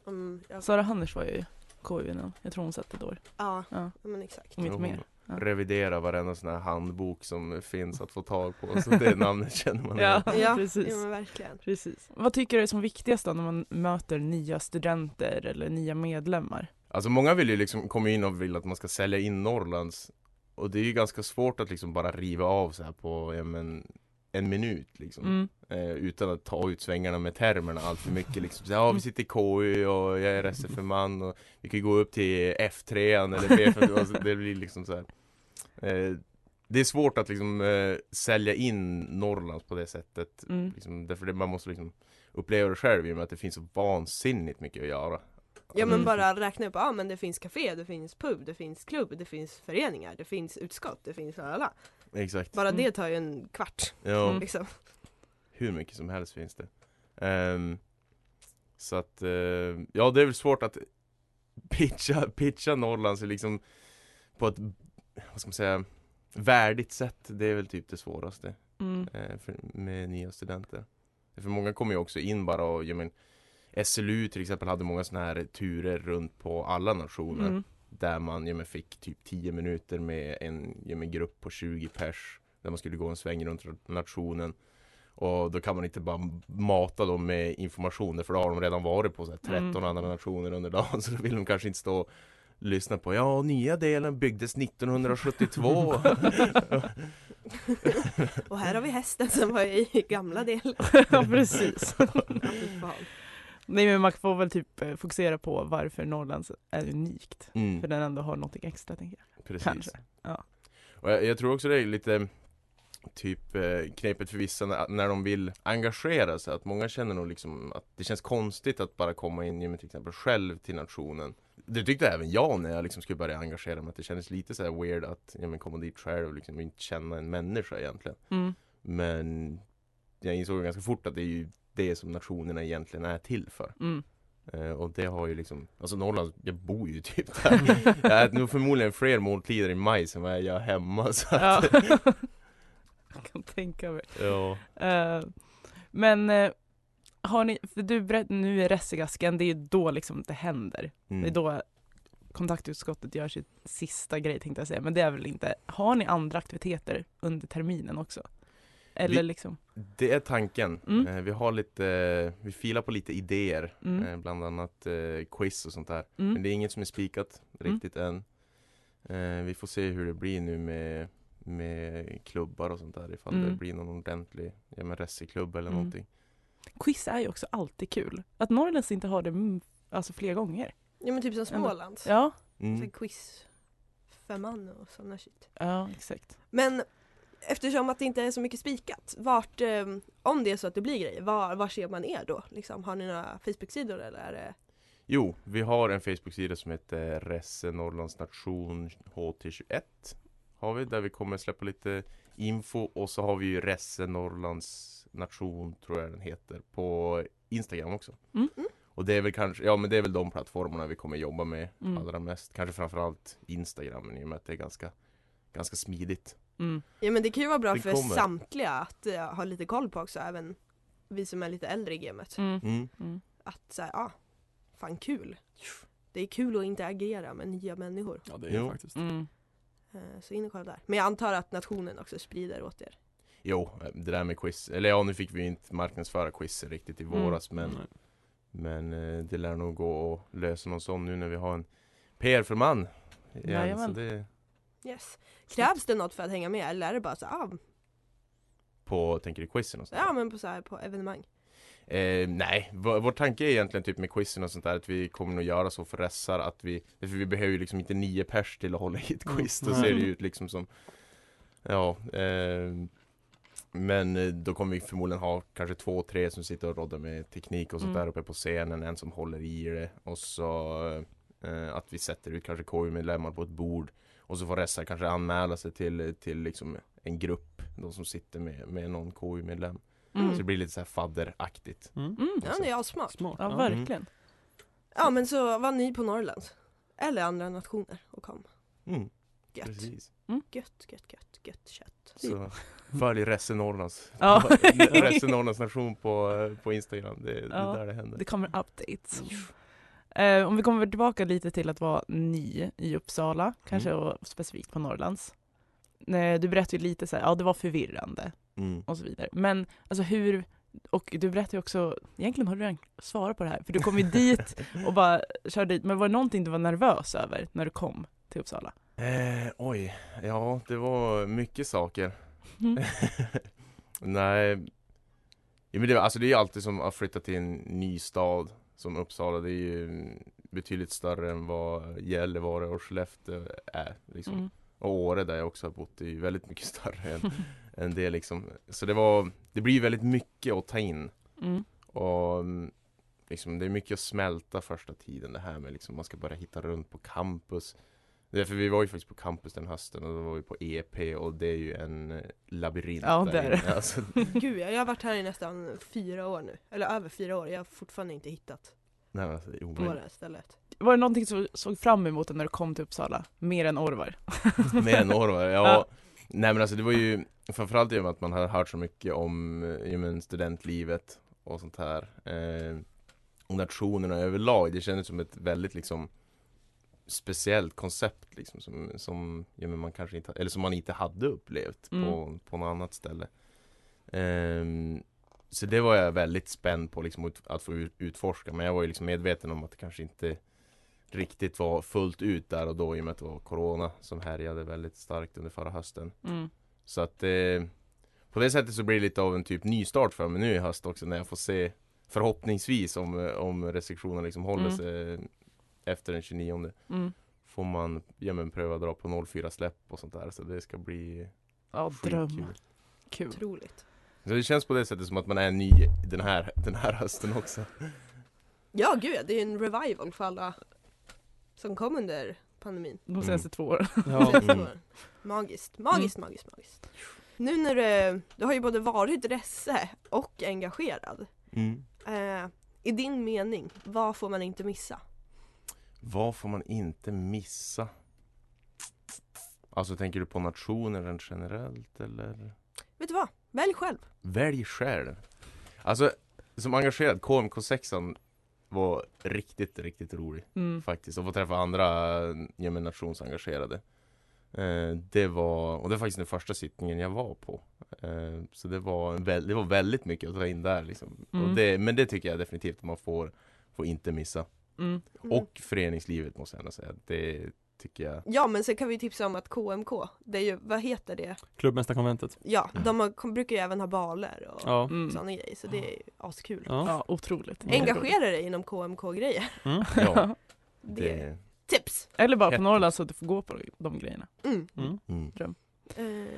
E: Om jag,
C: Sara Handers var ju i KU innan. Jag tror hon satt ett år,
E: ja,
C: Ja. Mm,
E: men exakt.
C: om inte
G: Jo.
C: mer. Ja.
G: revidera varenda sån här handbok som finns att få tag på. Så det namnet känner man igen.
E: Ja,
C: precis.
E: Ja men verkligen.
C: Precis. Vad tycker du är som viktigast då när man möter nya studenter eller nya medlemmar?
G: Alltså många vill ju liksom komma in och vill att man ska sälja in Norrlands. Och det är ju ganska svårt att liksom bara riva av så här på ja, men, en minut liksom.
C: Mm.
G: Eh, utan att ta ut svängarna med termerna allt för mycket liksom. Så, ja
C: Mm.
G: vi sitter i KU och jag är reseferman och vi kan gå upp till F3 an eller B5. alltså, det blir liksom så här. Eh, det är svårt att liksom eh, sälja in Norrlands på det sättet.
C: Mm.
G: Liksom, därför det, man måste liksom uppleva det själv i och med att det finns så vansinnigt mycket att göra.
E: Ja
G: Mm.
E: men bara räkna upp, ja men det finns café, det finns pub, det finns klubb, det finns föreningar, det finns utskott, det finns alla.
G: Exakt.
E: Bara
C: Mm.
E: det tar ju en kvart
G: Ja,
C: Mm.
E: liksom.
G: hur mycket som helst finns det. Ehm, så att, eh, ja det är väl svårt att pitcha, pitcha Norrland så liksom på ett, vad ska man säga, värdigt sätt. Det är väl typ det svåraste.
C: Mm.
G: eh, för, med nya studenter. För många kommer ju också in bara och, jag men, SLU till exempel hade många sådana här turer runt på alla nationer.
C: Mm.
G: Där man ja, men, fick typ 10 minuter med en ja, men, grupp på 20 pers. Där man skulle gå en sväng runt nationen. Och då kan man inte bara mata dem med information. För då har de redan varit på så här, 13
C: Mm.
G: andra nationer under dagen. Så då vill de kanske inte stå och lyssna på Ja, nya delen byggdes 1972
E: Och här har vi hästen som var i gamla del.
C: ja, precis.
E: Fy fan.
C: Nej men man får väl typ eh, fokusera på varför Norrlands är unikt.
G: mm,
C: För den ändå har någonting extra tänker jag.
G: Precis
C: Kanske. Ja.
G: Och jag, jag tror också det är lite typ eh, knepet för vissa när, när de vill engagera sig. Att många känner nog liksom att det känns konstigt att bara komma in genom till exempel själv till nationen. Det tyckte även jag när jag liksom skulle börja engagera mig. Att det kändes lite så här weird att ja, men komma dit själv och liksom inte känna en människa egentligen.
C: Mm.
G: Men jag insåg ganska fort att det är ju det som nationerna egentligen är till för.
C: Mm.
G: Eh, och det har ju liksom, alltså Norrland, jag bor ju typ där. jag äter nog förmodligen fler måltider i maj än vad jag gör hemma. Så
C: Ja.
G: att,
C: jag kan tänka mig.
G: ja.
C: Eh, men eh, har ni, för du berättade nu är Ressegasken, det är ju då liksom det händer.
G: Mm.
C: Det är då kontaktutskottet gör sitt sista grej tänkte jag säga, men det är väl inte. Har ni andra aktiviteter under terminen också? Eller
G: Vi-
C: liksom?
G: Det är tanken.
C: Mm.
G: Eh, vi har lite, eh, vi filar på lite idéer.
C: Mm.
G: Eh, bland annat eh, quiz och sånt där. Men
C: Mm.
G: det är inget som är spikat riktigt än. Eh, vi får se hur det blir nu med, med klubbar och sånt där. Ifall det
C: Mm.
G: blir någon ordentlig, ja men reseklubb eller
C: Mm.
G: någonting.
C: Quiz är ju också alltid kul. Att Norrlands inte har det mm, alltså fler gånger.
E: Ja men typ som Smålands.
C: Ja,
G: Mm.
E: Så quiz för man och sådana shit.
C: ja exakt.
E: Men eftersom att det inte är så mycket spikat, vart, eh, om det är så att det blir grejer, var, var ser man er då? Liksom, har ni några Facebook-sidor eller? Är det...
G: Jo, vi har en Facebook-sida som heter Resse Norrlands Nation HT21 Har vi, där vi kommer släppa lite info och så har vi ju Resse Norrlands Nation tror jag den heter på Instagram också
C: Mm.
G: Och det är väl kanske, ja men det är väl de plattformarna vi kommer jobba med
C: Mm.
G: allra mest Kanske framförallt Instagram i och med att det är ganska, ganska smidigt
C: Mm.
E: Ja men det kan ju vara bra
G: Det
E: för
G: kommer.
E: samtliga att eh, ha lite koll på också, även vi som är lite äldre i gamet.
C: Mm.
G: mm.
C: Mm.
E: Att såhär, ja, fan kul. Det är kul att interagera med nya människor.
D: Ja det är
G: Jo.
D: det faktiskt.
C: Mm.
E: Eh, Så in och kolla där. Men jag antar att nationen också sprider åt er.
G: Jo, eh, det där med quiz, eller ja nu fick vi ju inte marknadsföra quiz riktigt i
C: Mm.
G: våras men
D: Nej.
G: Men eh, det lär nog gå att lösa någon sån nu när vi har en PR-förman. igen,
C: Jajamän.
G: så det-
E: Yes. Krävs det något för att hänga med eller är det bara så ah,
G: På, tänker du quizen och sånt där?
E: ja men på, så här, på evenemang?
G: eh, Nej, vår, vår tanke är egentligen typ med quizen och sånt där att vi kommer nog göra så för ressar att vi För vi behöver ju liksom inte nio pers till att hålla i ett
D: Mm.
G: quiz, då
D: Nej.
G: ser det ju ut liksom som Ja, eh, men eh, då kommer vi förmodligen ha kanske två, tre som sitter och roddar med teknik och sånt
C: Mm.
G: där uppe på scenen, en som håller i det och så eh, att vi sätter ut kanske KU-medlemmar på ett bord och så får Ressa kanske anmäla sig till, till liksom en grupp, de som sitter med, med någon KU-medlem. Så det
C: Mm.
G: blir lite så här fadderaktigt.
D: Mm.
C: Mm.
E: Ja det är smart.
D: Smart.
C: Ja,
D: Ja.
G: Mm.
C: verkligen.
E: Ja men så var ni på Norrland. Eller andra nationer och kom.
G: Mm,
E: Gött.
G: precis.
E: Gött, gött, gött, gött kött.
G: Så följ Resse Norrlands,
C: Typ. Ja.
G: Resse Norrlands nation på, eh, på Instagram. Det, det
C: Ja.
G: är där det händer.
C: Det kommer updates. Eh, om vi kommer tillbaka lite till att vara ny i Uppsala, kanske
G: Mm.
C: och specifikt på Norrlands. Nej, Du berättade ju lite så här, ja det var förvirrande
G: Mm.
C: och så vidare. Men alltså hur, och du berättade ju också, egentligen har du redan svarat på det här, för du kom ju dit och bara körde dit. Men var det någonting du var nervös över när du kom till Uppsala?
G: Eh, oj, ja det var mycket saker.
C: Mm.
G: Nej, ja, men det, alltså det är ju alltid som att flytta till en ny stad som Uppsala. Det är ju betydligt större än vad Gällivare och Skellefteå är. Liksom.
C: Mm.
G: Och Åre där jag också har bott är ju väldigt mycket större än, än det liksom. Så det var, det blir ju väldigt mycket att ta in.
C: Mm.
G: Och mm, liksom, det är mycket att smälta första tiden det här med liksom, man ska börja hitta runt på campus. Därför vi var ju faktiskt på campus den hösten och då var vi på EP och det är ju en eh, labyrint
C: Ja, det är
G: där
C: det.
G: inne. Alltså,
E: Gud jag jag har varit här i nästan fyra år nu. Eller över fyra år. Jag har fortfarande inte hittat
G: nej, men alltså, det är
E: på
G: omöjligt.
E: det här stället.
C: Var det någonting som du såg fram emot när du kom till Uppsala, mer än Orvar?
G: Mer än år var det, ja.
C: Ja.
G: Nej men alltså det var ju framförallt i och med att man har hört så mycket om eh, ja, men studentlivet och sånt här. Eh, och nationerna överlag, det kändes som ett väldigt liksom speciellt koncept liksom som, som ja, men man kanske inte, eller som man inte hade upplevt på,
C: Mm.
G: på något annat ställe. Ehm, så det var jag väldigt spänd på liksom, att- att få ut- utforska men jag var ju liksom medveten om att det kanske inte riktigt var fullt ut där och då i och med att det var Corona som härjade väldigt starkt under förra hösten.
C: Mm.
G: Så att eh, på det sättet så blir det lite av en typ nystart för mig nu i höst också när jag får se förhoppningsvis om, eh, om restriktionerna liksom håller
C: Mm.
G: sig efter den 29
C: Mm.
G: får man ja, men, pröva att dra på 04 släpp och sånt där så det ska bli
C: Ja,
G: skitkul.
C: dröm. Kul.
E: Otroligt.
G: Så det känns på det sättet som att man är ny den här, den här hösten också.
E: Ja gud ja, det är ju en revival för alla som kom under pandemin.
G: Mm.
C: De senaste två åren.
D: Ja.
E: Senaste åren. Alltså, Magiskt, magiskt, magiskt, magiskt. Nu när du, du har ju både varit rese och engagerad. Eh, I din mening, vad får man inte missa?
G: Vad får man inte missa? Alltså tänker du på nationer rent generellt eller?
E: Vet du vad? Välj själv.
G: Välj själv! Alltså, som engagerad, KMK6 var riktigt, riktigt rolig
C: Mm.
G: faktiskt. Att få träffa andra ja, men, nationsengagerade. Eh, det var, och det var faktiskt den första sittningen jag var på. Eh, så det var, en väl, det var väldigt mycket att ta in där liksom.
C: Mm.
G: Och det, men det tycker jag definitivt man får, får inte missa.
C: Mm.
E: Mm.
G: Och föreningslivet måste jag ändå säga. Det tycker jag
E: Ja men sen kan vi tipsa om att KMK, det är ju, vad heter det?
D: Klubbmästarkonventet.
E: Ja,
G: Mm.
E: de har, kom, brukar ju även ha baler och
D: Ja.
C: Mm.
E: sådana grejer så det är ju askul.
D: ja.
C: Ja, otroligt.
E: Engagera dig inom KMK-grejer.
D: Mm.
G: Ja,
E: Det är
G: det...
E: tips!
C: Eller bara på
G: Jätte-
C: Norrland så att du får gå på de grejerna.
E: Mm.
D: Mm.
G: Mm.
E: Eh,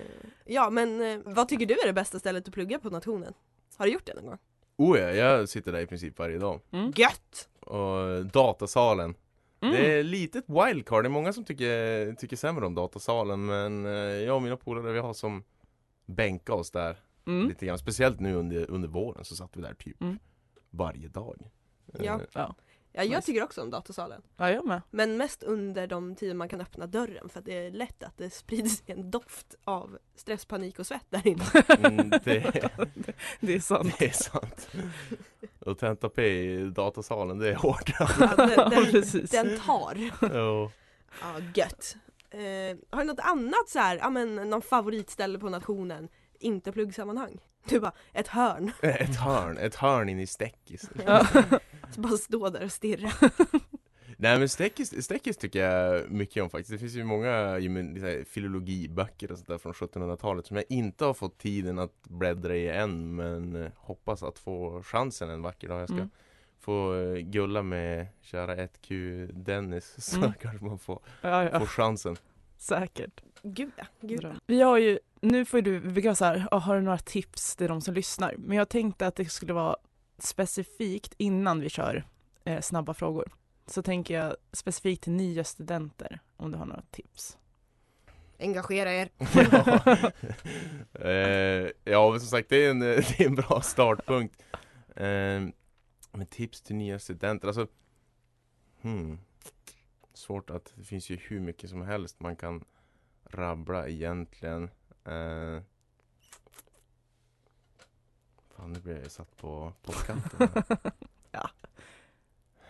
E: ja men eh, vad tycker du är det bästa stället att plugga på nationen? Har du gjort det någon gång?
G: Oh ja, jag sitter där i princip varje dag.
C: Mm.
E: Gött!
G: Och datasalen.
C: Mm.
G: Det är litet wildcard, det är många som tycker, tycker sämre om datasalen men eh, jag och mina polare vi har som bänka oss där
C: Mm.
G: lite grann. Speciellt nu under, under våren så satt vi där typ
C: Mm.
G: varje dag.
E: Ja.
G: Eh,
C: Ja.
E: Ja, jag
C: Nice.
E: tycker också om datasalen.
C: ja, jag med.
E: Men mest under de tider man kan öppna dörren för att det är lätt att det sprids en doft av stress, panik och svett där inne.
G: Mm, det,
C: Det är sant.
G: det är sant. Och tenta P i datasalen, det är hårt.
E: Ja, den,
C: Ja,
E: den,
C: precis.
E: den tar.
G: Ja.
E: Ja, gött. Eh, har du något annat så här, ja men någon favoritställe på nationen? Inte pluggsammanhang. Du bara, ett hörn.
G: Ett hörn, ett hörn in i stäckis.
C: Ja.
E: Så bara stå där och stirra.
G: Nej men Stäckis, Stäckis tycker jag mycket om faktiskt. Det finns ju många ju, men, så här, filologiböcker och sånt där från 1700-talet som jag inte har fått tiden att bläddra i än men eh, hoppas att få chansen en vacker dag. Jag ska
C: Mm.
G: få eh, gulla med kära 1Q Dennis så
C: Mm.
G: kanske man får,
C: Ja, ja.
G: får chansen.
C: Säkert.
E: Gud ja, gud ja.
C: Vi har ju, nu får ju du, vi kan vara så här, "Ah, har du några tips till de som lyssnar? Men jag tänkte att det skulle vara specifikt innan vi kör eh, snabba frågor. Så tänker jag specifikt till nya studenter, om du har några tips.
E: Engagera er.
G: ja. Eh, ja, men som sagt det är en, det är en bra startpunkt. Eh, med tips till nya studenter, alltså hmm, Svårt att, det finns ju hur mycket som helst man kan rabbla egentligen. Eh, fan, nu blir jag satt på, på kanten här.
C: Ja.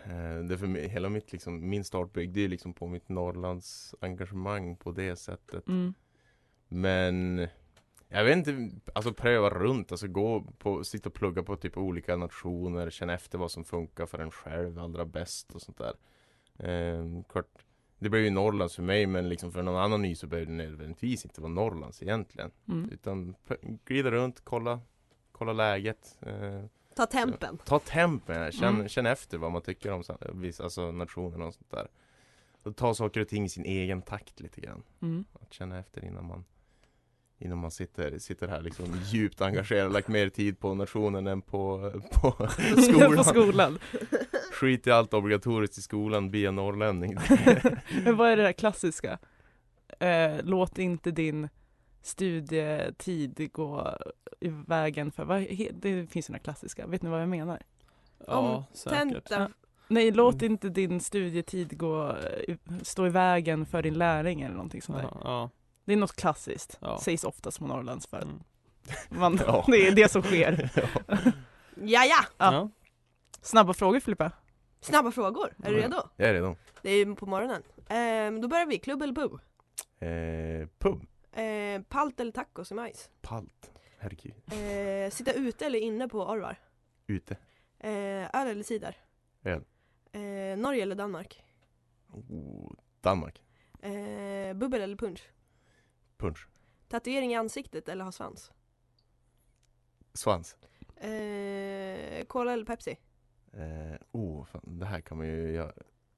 G: Eh, det är för mig, hela mitt, liksom, min start byggde ju liksom på mitt Norrlands engagemang på det sättet.
C: Mm.
G: Men jag vet inte, alltså pröva runt, alltså gå på, sitta och plugga på typ olika nationer, känna efter vad som funkar för en själv allra bäst och sånt där. Ehm, klart, det blev ju Norrlands för mig men liksom för någon annan ny så behöver det nödvändigtvis inte vara Norrlands egentligen.
C: Mm.
G: Utan pr- glida runt, kolla, kolla läget. Eh,
E: Ta tempen.
G: ta tempen, känn,
C: Mm.
G: känn efter vad man tycker om sa- vis- alltså nationerna och sånt där. Och ta saker och ting i sin egen takt lite grann
C: Mm.
G: att känna efter innan man Innan man sitter, sitter här liksom djupt engagerad, lagt mer tid på nationen än på, på
C: på
G: skolan.
C: skolan.
G: Skit i allt obligatoriskt i skolan, bli en norrlänning.
C: Men vad är det där klassiska? Eh, låt inte din studietid gå i vägen för, vad, he- det finns ju några klassiska, vet ni vad jag menar?
D: Ja, säkert.
E: Tenta.
C: Nej, låt
D: Mm.
C: inte din studietid gå, i- stå i vägen för din läring eller någonting sånt där.
D: Ja, ja.
C: Det är något klassiskt,
D: Ja.
C: sägs oftast på Norrlands för att
D: Mm.
C: man,
G: Ja.
C: det är det som sker.
G: ja.
E: Ja, ja.
C: Ja.
D: Ja.
C: Snabba frågor Filippa.
E: Snabba frågor. Är du
G: Mm.
E: redo?
G: Jag är redo.
E: Det är ju på morgonen. Ehm, då börjar vi. Klubb eller pub?
G: Eh, pub.
E: Ehm, palt eller tacos i majs?
G: Palt. Herregud.
E: Ehm, sitta ute eller inne på Orvar?
G: Ute.
E: Ehm, öl eller cider?
G: Öl.
E: Ehm, Norge eller Danmark?
G: Oh, Danmark.
E: Eh, bubbel eller punch?
G: Punch.
E: Tatuering i ansiktet eller ha svans?
G: Svans.
E: Eh, cola eller Pepsi?
G: Eh, oh, fan, det här kan man ju göra,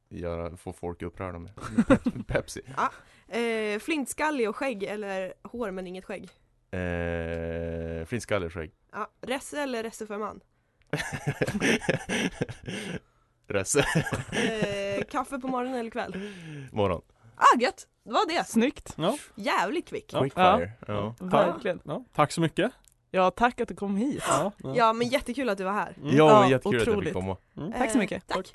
G: göra få folk upprörda med. Pep- Pepsi.
E: Eh, flintskallig och skägg eller hår men inget skägg?
G: Eh, Flintskallig skägg.
E: Ja, Resse eller Resse för man?
G: Resse.
E: Eh, kaffe på morgonen eller kväll?
G: Morgon.
E: Ah gött! Det var det!
C: Snyggt!
D: Ja,
E: Jävligt kvick!
D: Ja.
G: Quickfire. Ja.
D: Ja.
C: Verkligen.
D: ja, tack så mycket. Mm.
C: Ja, tack att du kom hit.
D: Ja,
E: Ja men jättekul att du var här!
D: Mm.
G: Ja,
C: Ja,
G: jättekul att jag
C: otroligt.
G: fick komma.
C: Tack så
E: Eh,
C: mycket.
E: Tack!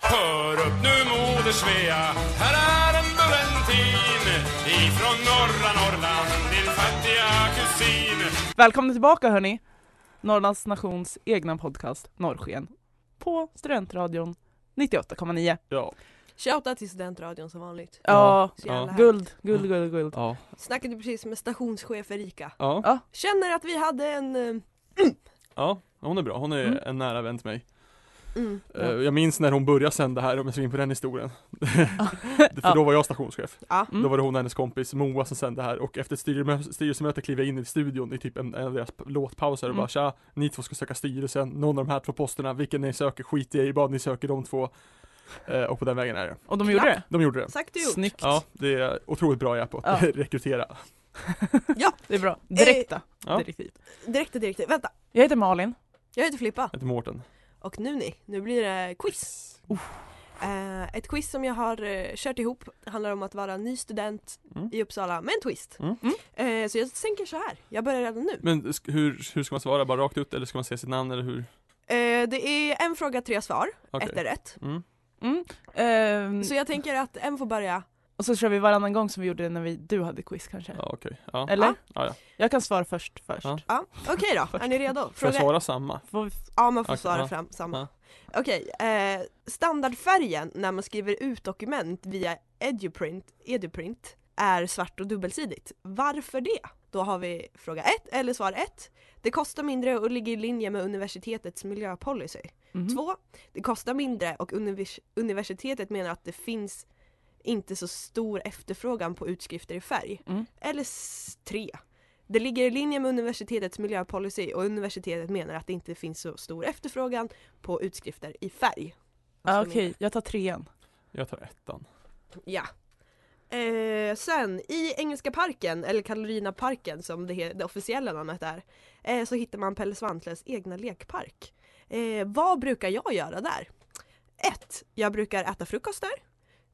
B: Hör upp nu moder Svea, här är en Bullentin ifrån norra Norrland, din fattiga kusin.
C: Välkomna tillbaka hörni! Norrlands nations egna podcast Norrsken på Studentradion 98,9.
D: Ja.
E: Shoutout till studentradion som vanligt.
C: Ja,
E: Så jävla
D: Ja.
E: härligt.
C: guld, guld, guld, guld.
D: Ja.
E: Snackade precis med stationschef Erika.
D: Ja.
E: Känner att vi hade en... eh,
D: ja, hon är bra. Hon är
C: Mm.
D: en nära vän till mig.
E: Mm,
D: Eh, Jag minns när hon började sända här, om jag ska in på den historien. För då var jag stationschef.
E: ja.
C: Mm.
D: Då var det hon och hennes kompis Moa som sände här och efter ett styrelsemö- styrelsemöte klev jag in i studion i typ en, en av deras p- låtpauser och
C: Mm.
D: bara tja, ni två ska söka styrelsen, någon av de här två posterna, vilken ni söker skiter jag i, bara ni söker de två. Eh, och på den vägen är det.
C: Och de gjorde det?
D: De gjorde det.
E: Sagt och gjort.
C: Snyggt.
D: Ja, det är otroligt bra jag är på att
C: Ja.
D: rekrytera.
C: Det är bra. Direkta
D: Ja.
C: direktiv.
E: Direkta direktiv. Vänta,
C: Jag heter Malin.
E: jag heter Filippa.
D: Ett Mårten.
E: Och nu ni, nu blir det quiz. Eh, ett quiz som jag har eh, kört ihop handlar om att vara ny student
D: Mm.
E: i Uppsala med en twist.
D: Mm.
C: Mm.
E: Eh, så jag tänker så här, jag börjar redan nu.
D: Men sk- hur, hur ska man svara? Bara rakt ut eller ska man säga sitt namn eller hur?
E: Eh, det är en fråga, tre svar.
D: Okej.
E: Ett är rätt.
D: Mm.
C: Mm. Ehm,
E: Så jag tänker att en får börja.
C: och så kör vi varannan gång som vi gjorde när vi, du hade quiz kanske.
D: Ja okej. Ja.
C: Eller?
E: Ja.
D: Ja, ja.
C: Jag kan svara först först.
D: Ja.
E: Ja, Okej då, är ni redo?
D: Får jag
E: Fråga
D: svara samma?
C: Får vi-
E: Ja man får
D: Okej,
E: svara
D: ja.
E: fram samma. Okej, eh, standardfärgen när man skriver ut dokument via Eduprint, Eduprint är svart och dubbelsidigt. Varför det? Då har vi fråga 1 eller svar 1. Det kostar mindre och ligger i linje med universitetets miljöpolicy.
C: Mhm.
E: 2. Det kostar mindre och univers- universitetet menar att det finns inte så stor efterfrågan på utskrifter i färg.
C: Mm.
E: Eller 3. Det ligger i linje med universitetets miljöpolicy och universitetet menar att det inte finns så stor efterfrågan på utskrifter i färg.
C: Ah, Okej, jag tar trean.
D: Jag tar ettan.
E: Ja. Eh, sen, i Engelska parken, eller Karolinaparken som det, he- det officiella namnet är, eh, så hittar man Pelle Svanslös egna lekpark. Eh, vad brukar jag göra där? 1. Jag brukar äta frukost där.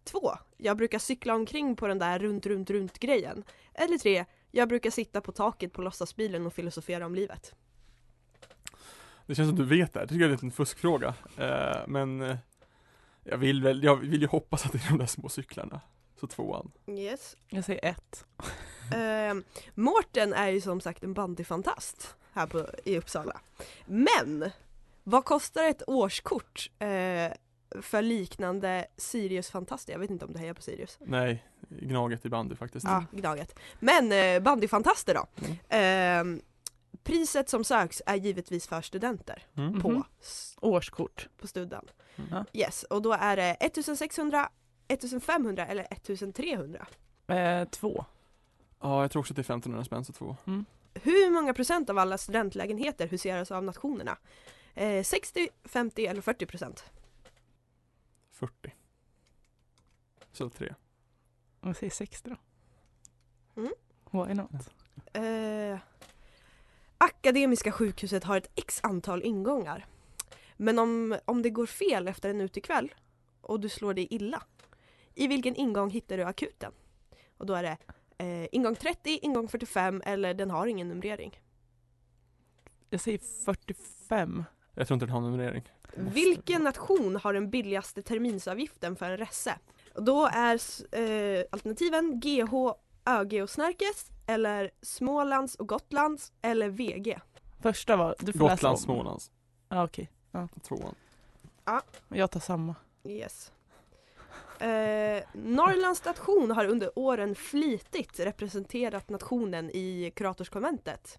E: 2. Jag brukar cykla omkring på den där runt, runt, runt-grejen. Eller 3. Jag brukar sitta på taket på låtsasbilen och filosofera om livet.
D: Det känns som du vet det här. Det tycker jag är en liten fuskfråga. Eh, men eh, jag vill väl, jag vill ju hoppas att det är de där små cyklarna. Så tvåan.
E: Yes.
C: Jag säger ett.
E: Eh, Mårten är ju som sagt en bandyfantast här på, i Uppsala. Men vad kostar ett årskort eh, för liknande Siriusfantaster? Jag vet inte om du hejar på Sirius.
D: Nej, Gnaget i bandy faktiskt.
E: Ja, gnaget. Men eh, bandyfantaster då. Eh, priset som söks är givetvis för studenter
D: Mm.
E: på,
C: Mhm.
E: s-
C: Årskort.
E: på studan.
C: Ja.
E: Yes, och då är det 1600, 1500 eller 1300.
C: Eh, två.
D: Ja, jag tror också att det är 1500 spänn så två.
E: Hur många procent av alla studentlägenheter huseras av nationerna? Eh, 60, 50 eller 40 procent?
D: 40. Så tre.
C: Om jag säger sex då.
E: Mm.
C: Why not?
E: Eh, Akademiska sjukhuset har ett x antal ingångar. Men om, om det går fel efter en utekväll och du slår dig illa, i vilken ingång hittar du akuten? Och då är det eh, ingång 30, ingång 45 eller den har ingen numrering.
C: Jag säger 45.
D: Jag tror inte den har numrering.
E: Vilken nation har den billigaste terminsavgiften för en resse? Och Då är s- eh, alternativen GH, ÖG och Snärkes eller Smålands och Gotlands eller VG.
C: Första var, du får läsa om.
D: Gotland, Smålands.
C: Ja, okej.
D: Tvåan.
C: Jag tar samma.
E: Yes. Eh, Norrlands station har under åren flitigt representerat nationen i kuratorskonventet.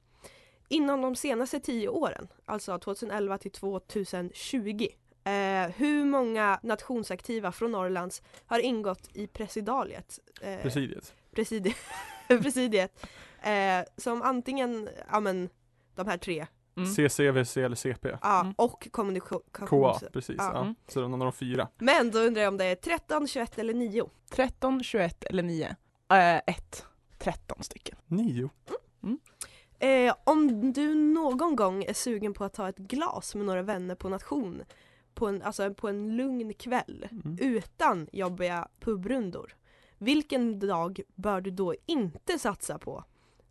E: Inom de senaste tio åren, alltså 2011 till 2020, Eh, hur många nationsaktiva från Norrlands har ingått i presidaliet? Eh,
D: presidiet.
E: presidi- presidiet. Eh, som antingen, ja men de här tre,
C: Mm.
D: CCVC eller CP.
E: ja,
C: Mm.
E: och kommunikation.
D: KA, precis.
E: Ja.
D: Ja.
C: Mm.
D: Så det är någon av de fyra.
E: Men då undrar jag om det är 13, 21 eller 9.
C: 13, 21 eller 9? Eh, 1. 13 stycken.
D: Nio.
E: Eh, om du någon gång är sugen på att ta ett glas med några vänner på nation, på en, alltså på en lugn kväll,
D: Mm.
E: utan jobbiga pubrundor. Vilken dag bör du då inte satsa på?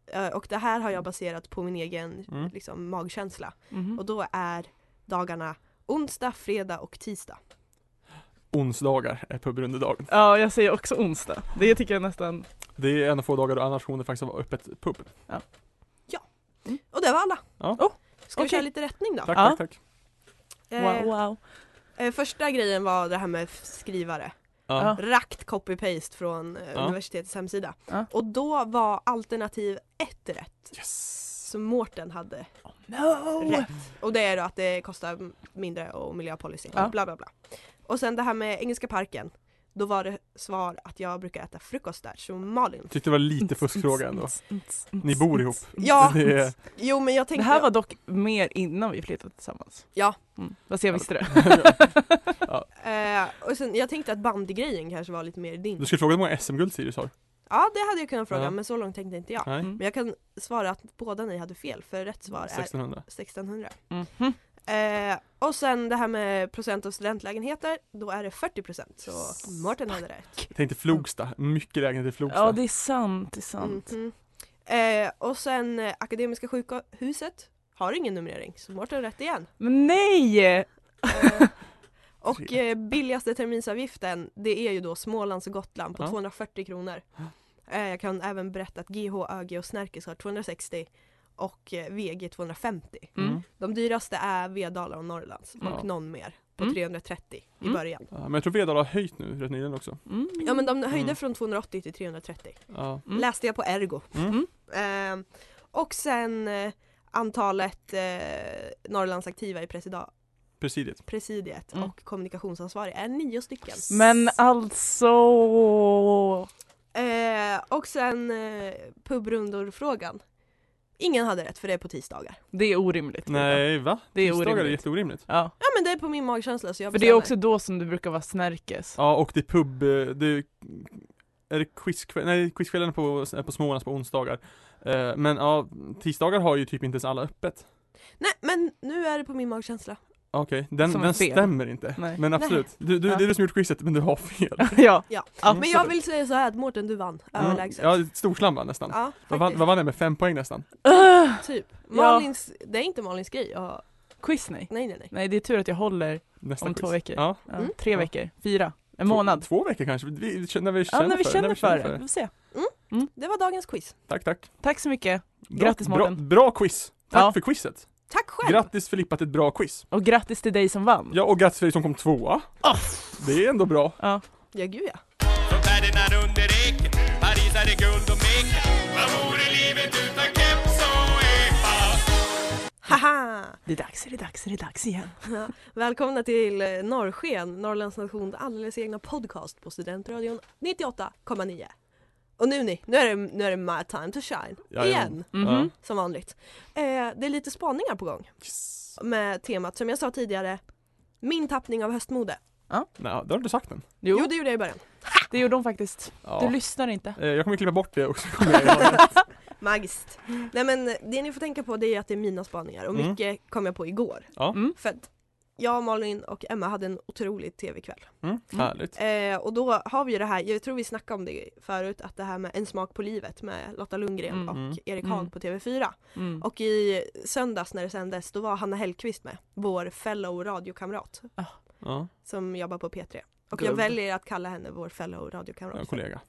E: Eh, Och det här har jag baserat på min egen
D: Mm.
E: liksom, magkänsla.
C: Mhm.
E: Och då är dagarna onsdag, fredag och tisdag.
D: Onsdagar är pubrundedagen.
C: Ja, jag säger också onsdag. Det tycker jag nästan.
D: Det är en av få dagar då alla nationer faktiskt har öppet pub.
E: Och det var alla!
D: Ja.
C: Oh,
E: Ska vi
C: okej.
E: köra lite rättning då?
D: Tack,
C: Ja.
D: tack, tack.
C: Wow,
E: Eh,
C: wow.
E: eh, första grejen var det här med f- skrivare.
D: Ja.
E: Rakt copy-paste från eh,
D: Ja.
E: universitetets hemsida.
C: Ja.
E: Och då var alternativ ett rätt.
D: Yes.
E: Så Mårten hade
C: No!
E: Rätt. Och det är då att det kostar mindre och miljöpolicy.
C: Ja.
E: Bla bla bla. Och sen det här med Engelska parken. Då var det svar att jag brukar äta frukost där, så Malin.
D: Tyckte det var lite fuskfråga ändå. Ni bor ihop.
E: Ja,
D: Det är,
E: jo men jag
C: Det
E: tänkte...
C: här var dock mer innan vi flyttade tillsammans.
E: Ja.
C: Mm. Vad ser jag visste det.
E: eh, och sen, jag tänkte att bandygrejen kanske var lite mer din.
D: du skulle fråga hur många SM-guld Sirius har?
E: Ja det hade jag kunnat fråga,
D: Ja.
E: men så långt tänkte inte jag.
D: Nej.
C: Mm.
E: Men jag kan svara att båda ni hade fel, för rätt svar är
D: 1600.
E: 1600.
C: Mhm.
E: Eh, och sen det här med procent av studentlägenheter, då är det 40% så Mårten hade rätt.
D: Tänkte Flogsta, mycket lägenhet i Flogsta.
C: Ja, det är sant. Det är sant.
E: Mhm. Eh, och sen eh, Akademiska sjukhuset har ingen numrering, så Mårten rätt igen.
C: Men nej! Mm.
E: Eh, och eh, billigaste terminsavgiften, det är ju då Smålands och Gotland på
D: Ja.
E: 240 kronor. Eh, jag kan även berätta att GH, ÖG och Snärkes har 260 och eh, VG 250.
C: Mm.
E: De dyraste är Vedala och Norrlands och
D: Ja.
E: någon mer på
C: Mm.
E: 330 i
C: Mm.
E: början.
D: Ja, men jag tror Vedala har höjt nu rätt nyligen också.
C: Mm.
E: Ja men de höjde
D: Mm.
E: från 280 till 330.
D: Ja.
C: Mm.
E: Läste jag på Ergo.
D: Mm.
E: Eh, och sen eh, antalet eh, Norrlandsaktiva i presida-
D: Presidiet.
E: presidiet
C: Mm.
E: och kommunikationsansvarig är nio stycken.
C: Men alltså...
E: Eh, och sen eh, pubrundor-frågan. Ingen hade rätt för det är på tisdagar.
C: Det är orimligt.
D: Nej, va?
C: Det är
D: Tisdagar är
C: orimligt.
D: jätteorimligt.
C: Ja.
E: Ja men det är på min magkänsla så jag
C: För det är
E: bestämmer.
C: också då som du brukar vara snärkes.
D: Ja, och det är pub, eh, det är, är det quizkväll, nej quizkvällen på, är på Smålands på onsdagar. Eh, Men ja, tisdagar har ju typ inte ens alla öppet.
E: Nej men nu är det på min magkänsla.
D: Okej, den,
C: Som är
D: den
C: fel.
D: stämmer inte.
C: Nej.
D: Men absolut, du, du,
C: Ja.
D: det är du som gjort quizet men du har fel.
C: ja.
E: Ja.
D: Mm.
C: Absolut.
E: Men jag vill säga så här att Mårten du vann överlägset.
D: Ja, storslam va, nästan.
E: Ja,
D: vad, vann,
E: faktiskt.
D: vad vann jag med? Fem poäng nästan.
C: Ah,
E: Typ. Malins, det är inte Malins grej. Ja,
C: quiz nej.
E: nej nej nej.
C: Nej det är tur att jag håller
D: Nästan
C: Om två veckor.
D: Ja.
C: ja,
E: Mm.
C: tre
D: Ja.
C: veckor, fyra, en
D: Två-
C: månad.
D: Två veckor kanske, vi, vi- när vi
C: Ja,
D: känner,
C: när vi
D: för,
C: känner för det. Vi får se.
E: Det var dagens quiz.
D: Tack, tack.
C: Tack så mycket
D: Bra,
C: Grattis,
D: bra,
C: Mårten.
D: bra quiz! Tack
C: Ja.
D: för quizet!
E: Tack själv!
D: Grattis Filippa till ett bra quiz!
C: och grattis till dig som vann.
D: Ja, och grattis för dig som kom tvåa! Det är ändå bra.
C: Ja.
E: ja gud ja.
B: Från Ferdinand under eken Paris är det guld och meken Vad vore livet utan keps och epa?
E: Haha!
C: Det är dags, det är dags, det är dags igen.
E: Ja, Välkomna till eh, Norrsken, Norrlands nations alldeles egna podcast på Studentradion 98,9. Och nu ni, nu är det, nu är det my time to shine.
D: Ja, ja.
E: Igen,
C: Mhm.
E: som vanligt. Eh, det är lite spaningar på gång
D: Yes.
E: med temat, som jag sa tidigare, min tappning av höstmode.
D: Nej, det har du inte sagt än.
E: Jo,
C: Jo,
E: det gjorde jag i början.
C: det gjorde de faktiskt.
D: Ja.
C: Du lyssnar inte.
D: Eh, Jag kommer klippa bort det också. Mm. Kommer jag göra.
E: Magiskt. Nej men det ni får tänka på det är att det är mina spaningar och
D: Mm.
E: mycket kom jag på igår.
D: Ja.
C: Mm.
E: För att jag, Malin och Emma hade en otrolig tv-kväll.
D: Mm. Härligt.
E: Eh, och då har vi ju det här, jag tror vi snackade om det förut, att det här med En smak på livet med Lotta Lundgren
C: Mm.
E: och
D: Mm.
E: Erik
C: Mm.
E: Haag på TV4.
C: Mm.
E: Och i söndags när det sändes, då var Hanna Hellquist med, vår fellow radiokamrat
D: Ja,
E: som jobbar på P3. Och jag
D: Guld.
E: väljer att kalla henne vår fellow
D: jag har en
E: radiokamrat.
D: kollega.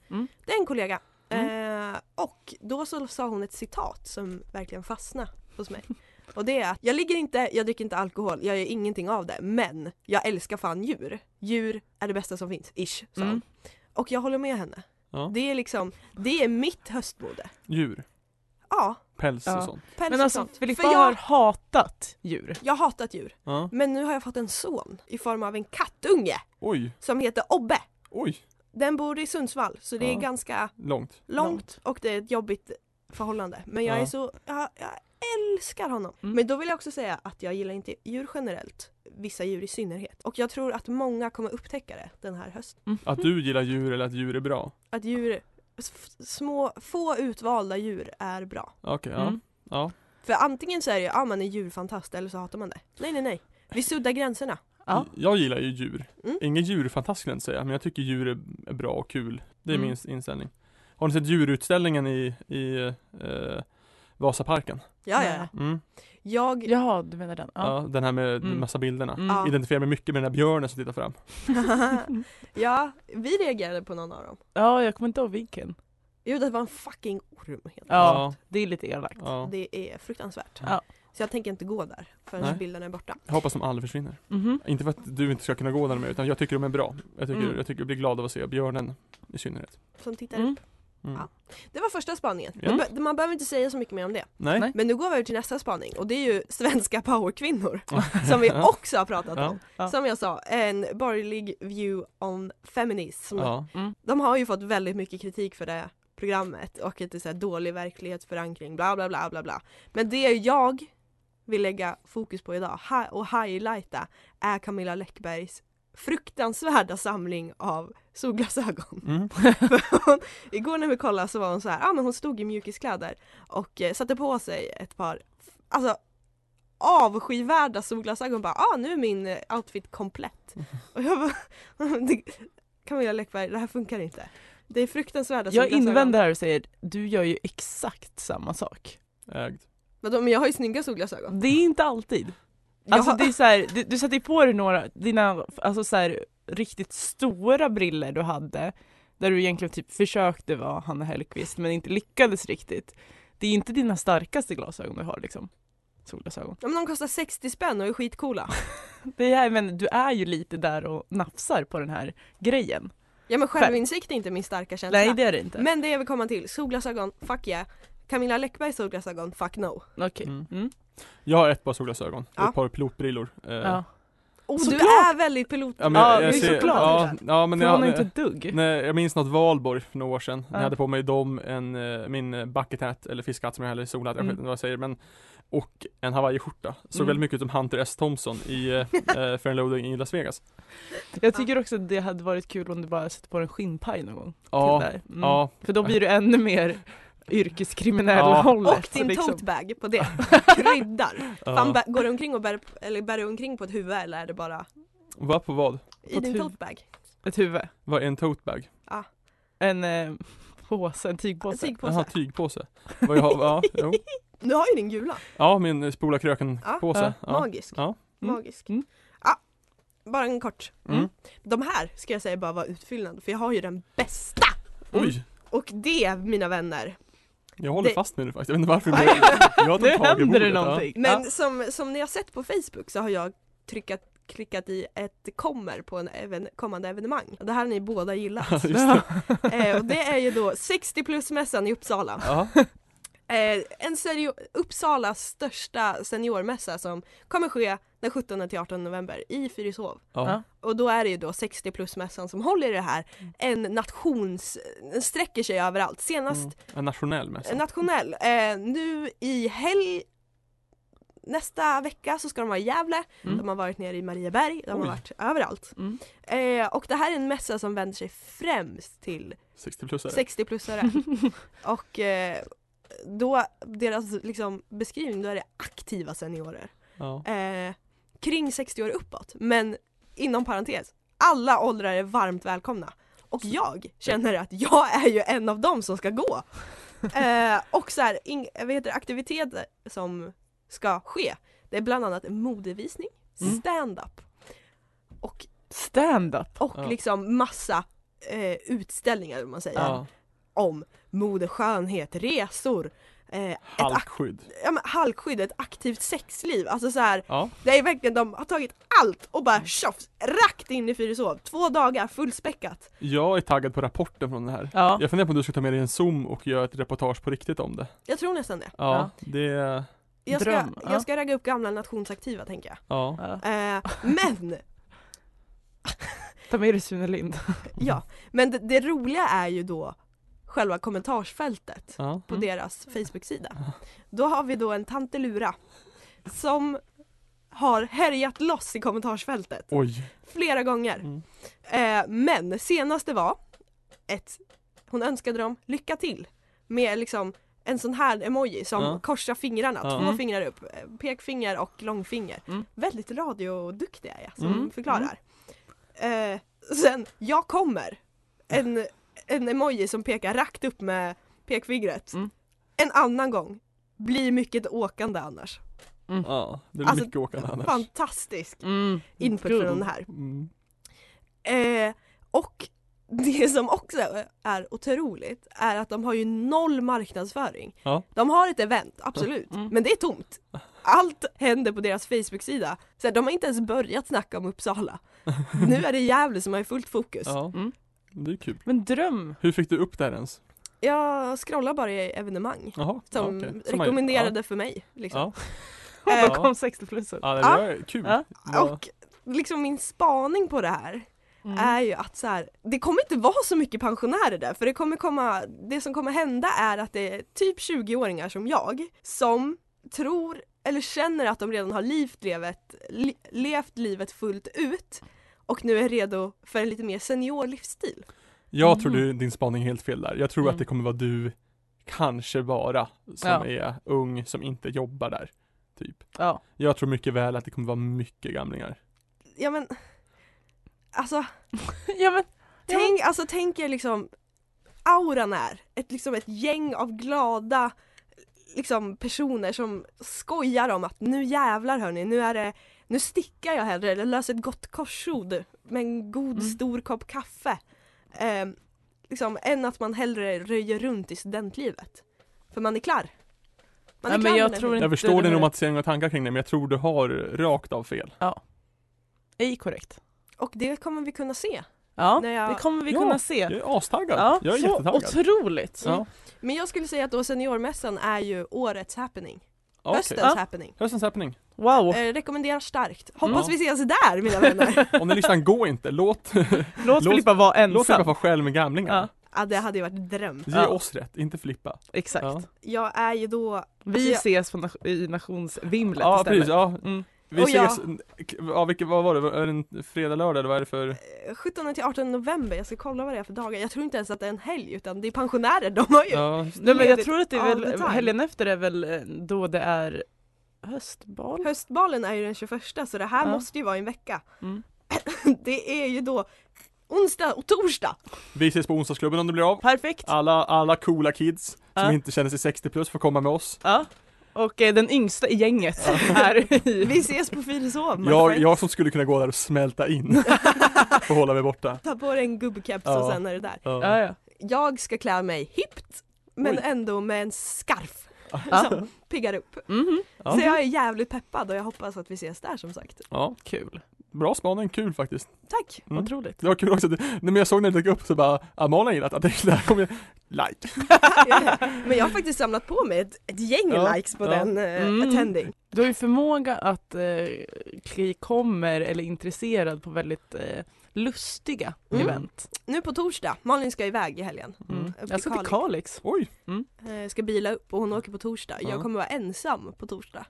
E: det är en kollega. Eh, och då så sa hon ett citat som verkligen fastnade hos mig. Och det är att jag ligger inte, jag dricker inte alkohol, jag gör ingenting av det, men jag älskar fan djur. Djur är det bästa som finns, ish, sa hon.
C: Mm.
E: Och jag håller med henne.
D: Ja.
E: Det är liksom, det är mitt höstmode.
D: Djur.
E: Ja,
D: Päls
C: Ja.
D: och sånt.
E: Päls
C: Men
E: och
C: alltså
E: sånt.
C: Filippa
E: För jag,
C: har hatat djur.
E: jag har hatat djur.
D: Ja.
E: Men nu har jag fått en son i form av en kattunge
D: Oj,
E: som heter Obbe.
D: oj,
E: Den bor i Sundsvall så det är
D: Ja.
E: ganska
D: långt.
E: långt, och det är ett jobbigt förhållande. Men jag
D: Ja.
E: är så, jag, jag älskar honom.
C: Mm.
E: Men då vill jag också säga att jag gillar inte djur generellt. Vissa djur i synnerhet. Och jag tror att många kommer upptäcka det den här hösten.
C: Mhm.
D: Mm. Att du gillar djur eller att djur är bra?
E: Att djur, s- små, få utvalda djur är bra.
D: Okej, ja.
C: Mm.
D: ja.
E: För antingen så är det ju, ja man är djurfantast eller så hatar man det. Nej nej nej. Vi suddar gränserna.
C: Ja.
D: Jag gillar ju djur.
E: Mm.
D: Ingen djurfantast skulle jag inte säga, men jag tycker djur är, är bra och kul. Det är
C: Mm.
D: min ins- inställning. Har ni sett djurutställningen i, i eh, Vasaparken?
E: Ja ja
C: Nej.
E: ja.
D: Mm.
E: Jag,
C: Jaha, du menar den. Ja.
D: Ja. den här med
C: Mm.
D: massa bilderna.
C: Mm.
E: Ja.
D: Identifierar mig mycket med den här björnen som tittar fram.
E: ah. ja, vi reagerade på någon av dem.
C: ja, jag kommer inte ihåg vilken.
E: Jo det var en fucking orm. Helt
C: Ja, det är lite elakt.
D: ja.
E: enkelt. Det är fruktansvärt.
C: Ja.
E: Så jag tänker inte gå där förrän
D: Nej.
E: bilden är borta.
D: Jag hoppas de aldrig försvinner.
C: Mhm.
D: Inte för att du inte ska kunna gå där med utan jag tycker de är bra. Jag tycker,
C: Mm.
D: jag tycker jag blir glad av att se björnen i synnerhet.
E: Som tittar
C: Mm.
E: upp.
D: Mm.
E: Ja. Det var första spaningen.
D: Ja.
E: Man, be- man behöver inte säga så mycket mer om det.
D: Nej?
C: Nej.
E: Men nu går vi över till nästa spaning och det är ju svenska powerkvinnor. som vi också har pratat
D: Ja.
E: om.
C: Ja.
E: Som jag sa, en borgerlig view on feminism.
D: Ja.
E: De har ju fått väldigt mycket kritik för det programmet och att det är så här dålig verklighetsförankring bla bla bla bla bla. Men det jag vill lägga fokus på idag ha- och highlighta är Camilla Läckbergs fruktansvärda samling av solglasögon.
D: Mm.
E: För hon, igår när vi kollade så var hon så här, ja ah, men hon stod i mjukiskläder och eh, satte på sig ett par, alltså avskyvärda solglasögon bara, ah nu är min eh, outfit komplett. Och jag bara, det- Camilla Läckberg, det här funkar inte. Det är fruktansvärda
C: Jag invänder här och säger, du gör ju exakt samma sak.
D: Ägd.
E: Vadå, men jag har ju snygga solglasögon.
C: Det är inte alltid.
E: Jag
C: Alltså
E: har-
C: det är så här, du, du sätter ju på dig några, dina alltså så här, riktigt stora briller du hade, där du egentligen typ försökte vara Hanna Hellquist men inte lyckades riktigt. Det är inte dina starkaste glasögon du har liksom. Solglasögon.
E: Ja, men de kostar 60 spänn och är skitcoola.
C: Det är, men du är ju lite där och nafsar på den här grejen.
E: Ja men självinsikt är inte min starka känsla.
C: Nej det är det inte.
E: Men det jag vill komma till, solglasögon, fuck yeah. Camilla Läckbergs solglasögon, fuck no.
C: Okej.
D: Mm.
C: Mm.
D: Jag har ett par solglasögon och
E: Ja.
D: ett par pilotbrillor. Eh,
C: Ja.
E: Oh,
C: Såklart.
E: du är väldigt pilot...
D: Ja, men,
C: Ja,
D: jag
C: det är
D: ser,
C: såklart.
D: Ja, ja, men
C: För hon
D: jag,
C: har inte ett dugg.
D: nej, jag minns något valborg för några år sedan.
C: Ja.
D: Jag hade på mig dem, en, eh, min eh, bucket hat, eller fiskhatt som jag hade i solhatt, jag vet inte
C: Mm.
D: vad jag säger men Och en hawaiiskjorta. Såg
C: Mm.
D: väldigt mycket ut som Hunter S. Thompson i eh, eh, Fair and Loading i Las Vegas.
C: Jag tycker också att det hade varit kul om du bara sätter på dig en skinnpaj någon gång.
D: Ja,
C: till där. Mm.
D: ja.
C: För då blir du ännu mer yrkeskriminell
D: Ja.
C: hållet.
E: Och din
C: liksom.
E: totebag på det, kryddar.
C: Mm.
D: Eh,
E: Fan, bä- går du omkring och bär, eller bär du omkring på ett huvud eller är det bara
D: Vad på vad?
E: i
C: På
E: din
C: ett huvud.
E: totebag?
C: Ett huvud.
D: Vad är en totebag?
C: En eh, påse, typ. en tygpåse.
E: Tygpåse.
D: Jaha, tygpåse. Vad jag har, ja, jo.
E: Du har ju din gula,
D: ja, min eh, spola kröken-påse.
C: Ja,
D: Ja.
E: magisk.
D: Ja.
C: Mm.
E: Magisk.
C: Mm.
E: Ah, bara en kort.
D: Mm.
E: De här ska jag säga bara var utfyllnad för jag har ju den bästa!
C: Mm.
D: Oj,
E: Och det mina vänner,
D: jag håller
E: Det-
D: fast nu faktiskt. Jag vet inte varför. Men jag har
C: Nu
D: tagit tag i
C: händer det
D: bordet, ja.
C: någonting.
E: men som, som ni har sett på Facebook så har jag tryckat, klickat i ett kommer på en even, kommande evenemang. Och det här har ni båda gillat.
D: Just det.
E: eh, och det är ju då 60 plus-mässan i Uppsala.
D: Ja.
E: Eh, en serio- Uppsalas största seniormässa som kommer ske den 17 till 18 november i Fyrishov.
D: Ja.
E: Och då är det ju då 60 plus-mässan som håller i det här.
D: Mm.
E: En nations, den sträcker sig överallt. Senast
D: Mm. En nationell mässa.
E: eh, nationell. Eh, nu i helg, nästa vecka så ska de vara i Gävle.
C: Mm.
E: De har varit nere i Marieberg, de har
D: Oj.
E: varit överallt.
C: Mm.
E: Eh, och det här är en mässa som vänder sig främst till
D: 60 plus är det.
E: 60-plussare. och eh, då, deras liksom, beskrivning, då är det aktiva seniorer
D: Ja.
E: eh, kring 60 år uppåt. Men inom parentes, alla åldrar är varmt välkomna. Och jag känner att jag är ju en av dem som ska gå. Eh, och så här, in, vad heter det, aktiviteter som ska ske. Det är bland annat modevisning,
C: Mm.
E: stand-up och,
C: Stand-up.
E: och
D: Ja.
E: liksom massa eh, utställningar om man säger.
D: Ja.
E: Om mode, skönhet, resor, eh, ett ak-
D: Halkskydd.
E: ja, men halkskydd, ett aktivt sexliv. Alltså så här,
D: Ja.
E: det är verkligen de har tagit allt och bara tjofs, rakt in i Fyrishov. Två dagar fullspäckat.
D: Jag är taggad på rapporten från det här.
C: Ja.
D: Jag funderar på om du ska ta med dig en zoom och göra ett reportage på riktigt om det.
E: Jag tror nästan det.
D: Ja, det,
E: Jag ska,
C: Dröm, ja.
E: jag ska ragga upp gamla nationsaktiva tänker jag.
D: ja.
C: Ja.
E: Eh, men
C: Ta med dig Sune Lind.
E: Ja, men det, det roliga är ju då själva kommentarsfältet
D: ja.
E: på
C: Mm.
E: deras Facebook-sida. Då har vi då en tante Lura som har härjat loss i kommentarsfältet
D: Oj.
E: flera gånger.
D: Mm.
E: Eh, men senaste var ett, hon önskade dem lycka till med liksom en sån här emoji som
D: Ja.
E: korsar fingrarna,
D: Ja.
E: två
C: Mm.
E: fingrar upp, eh, pekfinger och långfinger.
C: Mm.
E: Väldigt radioduktiga är jag som
C: Mm.
E: förklarar.
D: Mm.
E: Eh, sen, jag kommer, en, en emoji som pekar rakt upp med pekfingret.
C: Mm.
E: En annan gång, blir mycket åkande annars.
D: Ja, det är
E: Alltså,
D: mycket åkande annars.
E: Fantastisk
C: Mm.
E: input
C: Kul.
E: från den här.
D: Mm.
E: Eh, och det som också är otroligt är att de har ju noll marknadsföring.
D: Ja.
E: De har ett event, absolut,
C: Mm.
E: men det är tomt. Allt händer på deras Facebook-sida. Så här, de har inte ens börjat snacka om Uppsala. Nu är det Gävle som har fullt fokus.
D: Ja,
C: Mm.
D: det är kul.
C: Men dröm!
D: Hur fick du upp det här ens?
E: Jag scrollar bara i evenemang
D: Jaha, ja,
E: som
D: okej. man gör.
E: rekommenderade för mig. Liksom.
D: Ja,
C: Hon
E: Eh,
C: bara kom 60 plus
D: ja. ja
E: Ja.
D: det var kul.
C: Ja.
D: Vad-
E: Och liksom min spaning på det här
C: Mm.
E: är ju att så här, det kommer inte vara så mycket pensionärer där för det kommer komma, det som kommer hända är att det är typ 20-åringar som jag som tror eller känner att de redan har levt, livet, li, levt livet fullt ut och nu är redo för en lite mer senior livsstil.
D: Jag tror
C: Mhm.
D: du, din spaning är helt fel där. Jag tror
C: Mm.
D: att det kommer vara du, kanske bara, som
C: Ja.
D: är ung, som inte jobbar där. Typ.
C: Ja.
D: Jag tror mycket väl att det kommer vara mycket gamlingar.
E: Ja men alltså
C: ja men, Ja.
E: Tänk, alltså, tänk er liksom auran är ett, liksom ett gäng av glada liksom, personer som skojar om att nu jävlar hörni, nu är det nu stickar jag hellre eller löser ett gott korsord med en god
C: Mm.
E: stor kopp kaffe. Ehm, liksom, än att man hellre röjer runt i studentlivet. För man är klar. Man är
C: Nej, men
E: klar
C: jag
E: med den
C: tror
E: biten.
D: Jag
C: Inte
D: förstår
C: det
D: din
C: här.
D: romantisering och tankar kring det, men jag tror du har rakt av fel.
C: ej korrekt.
E: Och det kommer vi kunna se.
C: Ja,
E: När jag-
C: det kommer vi
D: Ja.
C: kunna se.
D: Jag är astaggad.
C: Ja,
D: jag är
C: så
D: jättetaggad.
C: otroligt!
D: Ja,
E: Men jag skulle säga att då seniormässan är ju årets happening.
D: okej.
E: Höstens
C: Ja.
E: happening.
D: Höstens happening.
C: Wow!
E: Eh, rekommenderar starkt. Hoppas
D: Ja.
E: vi ses där mina vänner.
D: Om ni lyssnar, gå inte. Låt,
C: Låt
D: låt-
C: Filippa vara ensam.
D: låt Filippa vara själv med gamlingarna.
E: ja, det hade ju varit en dröm.
D: Ge
C: Ja.
D: oss rätt, inte Filippa.
C: Exakt.
D: Ja.
E: Jag är ju då, alltså,
C: Vi
E: jag-
C: ses på nation, i nationsvimlet
D: Ja,
C: istället.
D: precis. Ja.
C: Mm.
D: Vi
E: Och
D: ses, ja, vilket, vad var det? Är det en fredag, lördag eller vad är det för?
E: eh, 17 till 18 november, jag ska kolla vad det är för dagar. Jag tror inte ens att det är en helg utan det är pensionärer, de har ju
D: Ja,
C: Nej, men jag
E: ledigt
C: tror att det är
E: all the
C: väl,
E: time.
C: helgen efter är väl eh, då det är höstbal?
E: Höstbalen är ju den 21 så det här
C: Ja.
E: måste ju vara i en vecka.
C: Mm.
E: det är ju då onsdag och torsdag.
D: vi ses på onsdagsklubben om det blir av.
C: Perfekt! Ja.
D: Alla, alla coola kids
C: Ja.
D: som inte känner sig 60 plus får komma med oss.
C: Och eh, den yngsta i gänget är i...
E: Vi ses på Fyrishov. my
D: Jag,
E: friends.
D: jag som skulle kunna gå där och smälta in och hålla mig borta.
E: Ta på dig en gubbkeps och
D: Ja.
E: sen är det där.
D: Ja.
C: Ja, ja.
E: Jag ska klä mig hippt men
D: Oj.
E: ändå med en skarf
C: Ja.
E: som piggar upp.
C: Mhm.
D: Ja.
E: Så jag är jävligt peppad och jag hoppas att vi ses där som sagt.
D: Ja.
C: Kul,
D: Bra spaning, kul faktiskt.
E: Tack!
D: Mm.
C: otroligt.
D: Det var kul också, att- nej, men jag såg när det dök upp så bara, ah, Malin har gillat att det där kommer like.
E: Men jag har faktiskt samlat på mig ett, ett gäng
D: Ja,
E: likes på
D: ja.
E: den eh,
C: Mm.
E: attending.
C: Du har ju förmåga att eh, bli kommer eller intresserad på väldigt eh, lustiga
E: Mm.
C: event.
E: Nu på torsdag, Malin ska iväg i helgen.
C: Mm.
E: Upp
C: Jag ska till Kalix.
D: Oj,
E: Eh, ska bila upp och hon åker på torsdag. Jag
D: Ja.
E: kommer vara ensam på torsdag.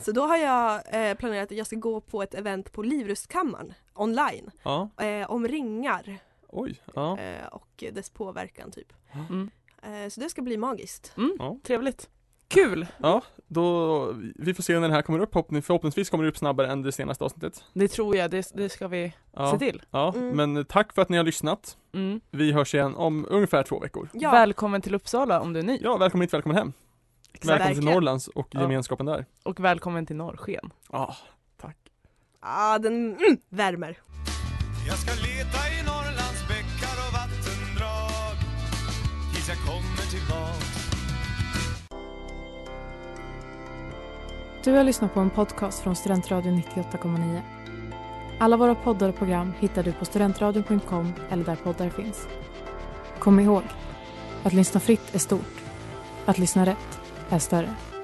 E: Så då har jag eh, planerat att jag ska gå på ett event på Livrustkammaren online.
D: ja,
E: Eh, om ringar
D: oj, ja.
E: eh, och dess påverkan typ.
C: Mm.
E: Eh, så det ska bli magiskt.
C: Trevligt. Kul!
D: Då, vi får se när den här kommer upp, Hoppning- förhoppningsvis kommer det upp snabbare än det senaste avsnittet.
C: Det tror jag, det, det ska vi se
D: Ja,
C: till.
D: ja.
E: Mm.
D: men tack för att ni har lyssnat.
C: Mm.
D: Vi hörs igen om ungefär två veckor.
E: Ja,
C: Välkommen till Uppsala om du är ny.
D: Ja, välkommen hit, välkommen hem. Välkommen till
E: Verkligen.
D: Norrlands och
C: Ja.
D: gemenskapen där.
C: Och välkommen till Norrsken.
D: Ja,
E: ah, den mm, värmer.
B: Jag ska leta i Norrlands bäckar och vattendrag tills jag kommer tillbaks.
A: Du har lyssnat på en podcast från Studentradion 98,9. Alla våra poddar och program hittar du på studentradion.com eller där poddar finns. Kom ihåg, att lyssna fritt är stort. Att lyssna rätt är större.